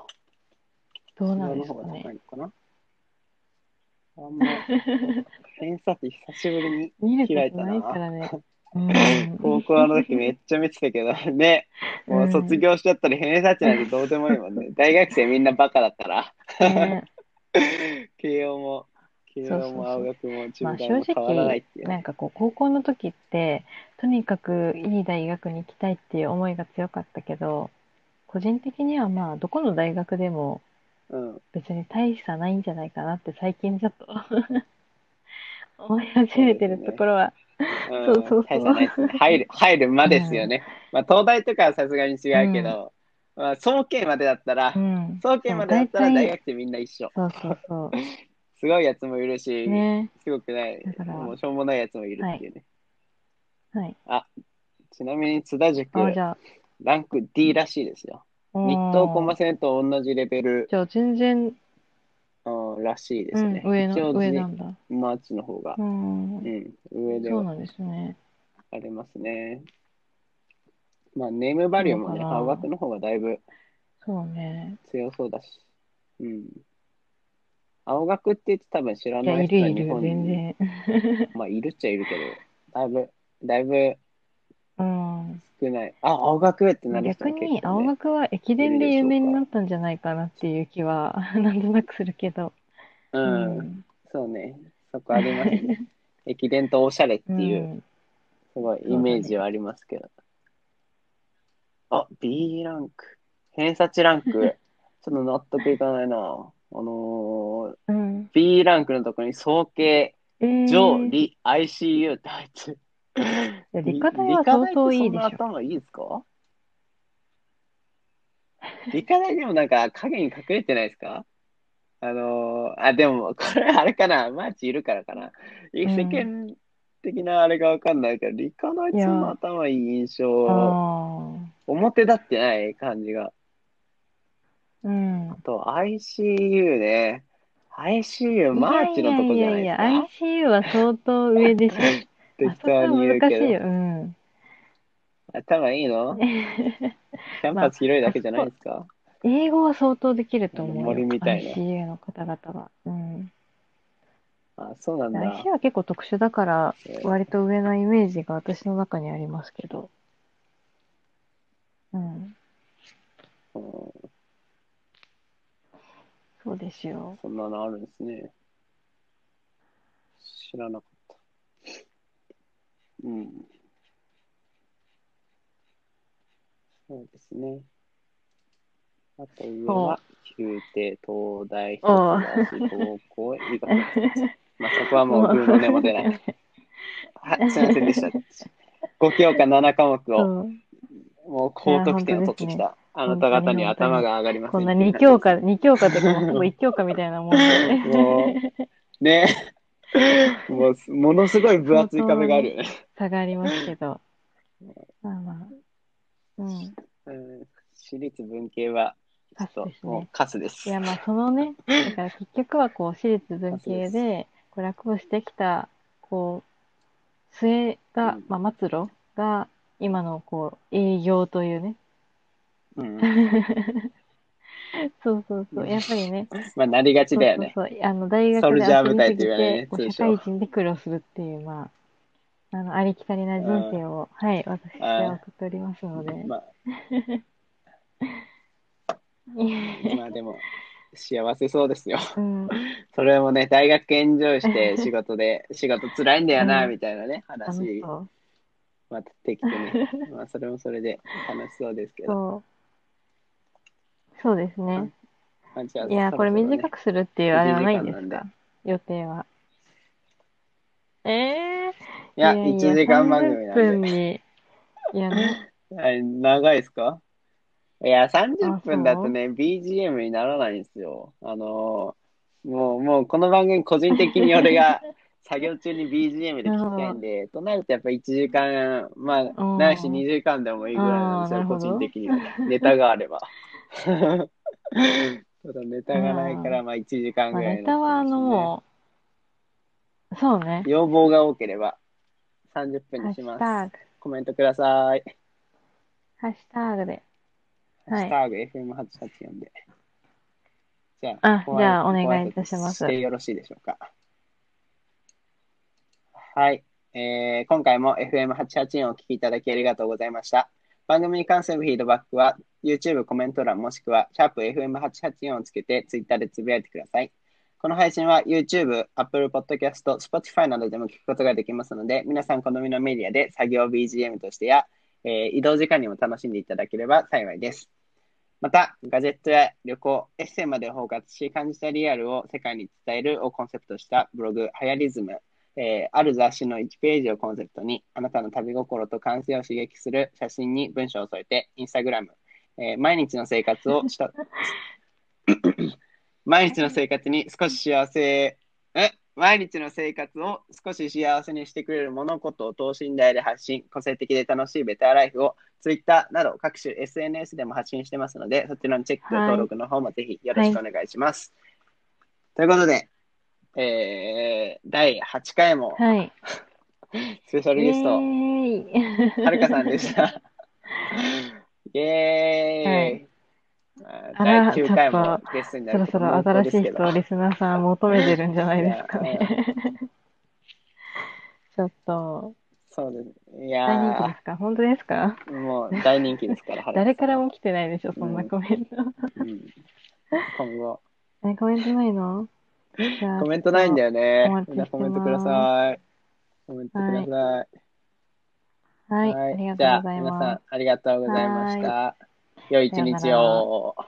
Speaker 2: どう
Speaker 1: 津
Speaker 2: な
Speaker 1: 田
Speaker 2: ん
Speaker 1: の
Speaker 2: です
Speaker 1: 方が高
Speaker 2: かね。
Speaker 1: いのかなあん ま、偏差値久しぶりに
Speaker 2: 見る
Speaker 1: 開い
Speaker 2: こ
Speaker 1: た
Speaker 2: と
Speaker 1: な
Speaker 2: ないからね。うん。
Speaker 1: 高校の時めっちゃ見てたけど、 ね、もう卒業しちゃったり、偏差値なんてどうでもいいもんね。大学生みんなバカだから、
Speaker 2: ね
Speaker 1: 慶応も、慶応も青学も中
Speaker 2: まあ
Speaker 1: 大も
Speaker 2: 正
Speaker 1: 変わらない
Speaker 2: 直
Speaker 1: ってい、う。
Speaker 2: なんかこう、高校の時って、とにかくいい大学に行きたいっていう思いが強かったけど、個人的にはまあ、どこの大学でも
Speaker 1: うん、
Speaker 2: 別に大差ないんじゃないかなって最近ちょっと 思い始めてるところは、
Speaker 1: うん
Speaker 2: そうそうそ
Speaker 1: 大
Speaker 2: う
Speaker 1: 差ないですね入る、 入るまですよね。まあ、東大とかはさすがに違うけど、まあ、総計までだったら
Speaker 2: う、ん。
Speaker 1: 総計までだったら
Speaker 2: そう大体
Speaker 1: 大学生みんな一緒。
Speaker 2: そうそうそ
Speaker 1: すごいやつもいる
Speaker 2: う。
Speaker 1: し、
Speaker 2: ね。
Speaker 1: すごくない
Speaker 2: だか、ら
Speaker 1: もうしょうもないやつもいるっていうね。
Speaker 2: はい。
Speaker 1: ちなみに津田塾、
Speaker 2: あ、じゃあ、
Speaker 1: ランク D らしいですよ。
Speaker 2: 日
Speaker 1: 日東駒線と同じレベル、
Speaker 2: じゃあ、全然、
Speaker 1: うん、らしいで
Speaker 2: う
Speaker 1: す
Speaker 2: ん
Speaker 1: ね。
Speaker 2: 上
Speaker 1: 一
Speaker 2: の、
Speaker 1: 応
Speaker 2: 上
Speaker 1: ね
Speaker 2: なんだ。
Speaker 1: マーチの方が
Speaker 2: う、
Speaker 1: う
Speaker 2: ん。
Speaker 1: ん、上で
Speaker 2: そう
Speaker 1: は
Speaker 2: なんですね。
Speaker 1: ありますね。まあ、ネームバリューもね、
Speaker 2: そうかな
Speaker 1: 青学の方がだいぶ
Speaker 2: そうね。
Speaker 1: 強そうだし。うん。青学って言って多分知ら
Speaker 2: い
Speaker 1: な
Speaker 2: や、
Speaker 1: い
Speaker 2: い
Speaker 1: 人
Speaker 2: る
Speaker 1: はい日
Speaker 2: る、
Speaker 1: 本
Speaker 2: 全
Speaker 1: に、
Speaker 2: 然。
Speaker 1: まあ、いるっちゃいるけど、だいぶ、だいぶ
Speaker 2: うん。
Speaker 1: 少ない。あ、青学ってなる人
Speaker 2: 逆
Speaker 1: は結構、ね、
Speaker 2: に、青学は駅伝で有名になったんじゃないかなっていう気は、 なんとなくするけど。う
Speaker 1: うん、
Speaker 2: ん。
Speaker 1: そうね。そこあります ね。駅伝とおしゃれっていう。
Speaker 2: うん
Speaker 1: すごいイメージはありますけど。あ、B ランク。偏差値ランク。ちょっと納得いかないな。あのー、
Speaker 2: うん。
Speaker 1: B ランクのところに総計、
Speaker 2: えー
Speaker 1: 上、理、ICU って入ってる。
Speaker 2: いや理科大は相当いいでし
Speaker 1: 理科大ってそんな頭いいですか理科大でもなんか影に隠れてないですかあのーあ、でも、これあれかな。マーチいるからかな。世間的なあれがわかんないけど、理科大ってそんな頭いい印
Speaker 2: ょ。
Speaker 1: 象、
Speaker 2: あ
Speaker 1: 表立ってない感じが。
Speaker 2: あ。うん。
Speaker 1: あと、ICU ね。ICU、マーチのとこじゃないですか。
Speaker 2: やいやいやいや、ICU は相当上でしょ。
Speaker 1: 適当に言う
Speaker 2: あそこは難しい
Speaker 1: け
Speaker 2: よ。うん。
Speaker 1: ど。頭いいのキャンパス広いだけじゃないですか、
Speaker 2: 英語は相当できると思うよ。
Speaker 1: 森みたいな
Speaker 2: ICU の方々は。うん。
Speaker 1: あ、そうなんだ。
Speaker 2: ICU は結構特殊だから、割と上のイメージが私の中にありますけど。うん。
Speaker 1: うん
Speaker 2: そうですよ。
Speaker 1: そんなのあるんですね。知らなかった。うん。そうですね。あと上は、宮廷、東大、
Speaker 2: おう
Speaker 1: 東大、高校、医学 まあそこはもう偶の根も出ない。はい、すいませんでした。5教科7科目を
Speaker 2: そう。
Speaker 1: もう高得点を取ってき
Speaker 2: いや
Speaker 1: た。あなた方に頭が上がります
Speaker 2: こんな
Speaker 1: ね
Speaker 2: 二教科、二教科とかもほぼ一教科みたいなもんで、
Speaker 1: もう、ね。もう、ものすごい分厚い壁があるよね。
Speaker 2: 差がありますけど。まあまあ。うん。い
Speaker 1: うん私立文系は、ちょっ
Speaker 2: カス
Speaker 1: と
Speaker 2: で、すね
Speaker 1: もうカスです。
Speaker 2: やまあそのね、だから結局はこう、私立文系で、こう楽をしてきた、こう、末が
Speaker 1: うん、
Speaker 2: まあ末路が、今のこう、営業というね。
Speaker 1: うん
Speaker 2: そうそうそう。やっぱりね、
Speaker 1: まあ、なりがちだよね。
Speaker 2: そうそうそうあの大学
Speaker 1: ソルジャー
Speaker 2: で遊
Speaker 1: 部
Speaker 2: び
Speaker 1: 隊っ
Speaker 2: すぎ
Speaker 1: て言われるね
Speaker 2: て、こう
Speaker 1: 通
Speaker 2: 社
Speaker 1: 称
Speaker 2: 会人で苦労するっていう、まあ、あの、ありきたりな人生を、はい、私は送っておりますので。
Speaker 1: まあ、まあでも、幸せそうですよ。
Speaker 2: うん、
Speaker 1: それもね、大学エンジョイして、仕事で、仕事辛いんだよな、
Speaker 2: うん
Speaker 1: みたいなね、
Speaker 2: 楽し
Speaker 1: 話、
Speaker 2: そう。
Speaker 1: またできてね。まあ、それもそれで楽しそうですけど。
Speaker 2: そう。そうですね。
Speaker 1: まあじゃあ
Speaker 2: いや、
Speaker 1: そ
Speaker 2: こ
Speaker 1: ろそ
Speaker 2: れ
Speaker 1: ろね
Speaker 2: 短くするっていうあれはないんで
Speaker 1: 1
Speaker 2: す
Speaker 1: 時間な
Speaker 2: か
Speaker 1: ん
Speaker 2: 予定は。ええ
Speaker 1: いや、
Speaker 2: いやいや
Speaker 1: 1時間番組
Speaker 2: 30
Speaker 1: なん
Speaker 2: 分
Speaker 1: で。
Speaker 2: に。いやね、
Speaker 1: はい長いですかいや、30分だとね、BGM にならないんですよ。あのーもう、もうこの番組個人的に俺 が作業中に BGM で聞きたいんで、となるとやっぱ1時間、まあ、
Speaker 2: うん
Speaker 1: ないし2時間でもいいぐらいなんです
Speaker 2: あーな
Speaker 1: よ、
Speaker 2: るほ
Speaker 1: 個
Speaker 2: ど
Speaker 1: 人的には。ネタがあ れば。ただネタがないから、まあ1時間
Speaker 2: ま
Speaker 1: ぐ
Speaker 2: あ
Speaker 1: らい
Speaker 2: ネタはあのもう、そうね。
Speaker 1: う、要望が多ければ30分
Speaker 2: ハッ
Speaker 1: に
Speaker 2: シ
Speaker 1: し
Speaker 2: ュ
Speaker 1: ま
Speaker 2: タ
Speaker 1: す。
Speaker 2: グ、
Speaker 1: コメントください。
Speaker 2: ハッシュタグで。
Speaker 1: ハッ
Speaker 2: はい
Speaker 1: シュタグ FM884 で。じゃ
Speaker 2: あ
Speaker 1: ここは
Speaker 2: じゃあお願いいたします
Speaker 1: してよろしいでしょうか。はい。えー今回も FM884 をお聞きいただきありがとうございました。番組に関するフィードバックは YouTube コメント欄もしくは、シャープ FM884 をつけて Twitter でつぶやいてください。この配信は YouTube、Apple Podcast、Spotify などでも聞くことができますので、皆さん好みのメディアで作業 BGM としてや、えー移動時間にも楽しんでいただければ幸いです。また、ガジェットや旅行、エッセイまで包括し、感じたリアルを世界に伝えるをコンセプトしたブログ、ハヤリズム、えーある雑誌の1ページをコンセプトに、あなたの旅心と感性を刺激する写真に文章を添えて、インスタグラム、えー毎日の生活をした、 毎日の生活に少し幸せ、え毎日の生活を少し幸せにしてくれる物事を等身大で発信、個性的で楽しいベターライフをツイッターなど各種 SNS でも発信してますので、そちらのチェック、
Speaker 2: はい
Speaker 1: 登録の方もぜひよろしくお願いします。ということで、えー第8回も
Speaker 2: はい。
Speaker 1: スペシャルゲスト、
Speaker 2: イエーイ
Speaker 1: はるかさんでした。イエーイ、
Speaker 2: あ
Speaker 1: 第
Speaker 2: ら
Speaker 1: 9回
Speaker 2: ちょ
Speaker 1: も
Speaker 2: っ
Speaker 1: ゲストにな
Speaker 2: そろ
Speaker 1: る
Speaker 2: そろ新しい人を
Speaker 1: で
Speaker 2: リスナーさん求めてるんじゃないですか
Speaker 1: いや
Speaker 2: ね。ちょっと、
Speaker 1: そうです。い
Speaker 2: 大人気で
Speaker 1: や
Speaker 2: すか本当ですか
Speaker 1: ー、もう大人気ですから、はるさん
Speaker 2: 誰からも来てないでしょ、そんなコメント。
Speaker 1: うん今後、
Speaker 2: え、コメントないのじゃあ
Speaker 1: コメントないんだよね
Speaker 2: お待。ちしてます
Speaker 1: みんなコメントください。コメントください。
Speaker 2: はい、ありが
Speaker 1: じゃ
Speaker 2: と
Speaker 1: あ、
Speaker 2: うござい
Speaker 1: 皆
Speaker 2: ま
Speaker 1: さ
Speaker 2: す
Speaker 1: ん。、ありがとうございました。良い一日
Speaker 2: さよ
Speaker 1: を。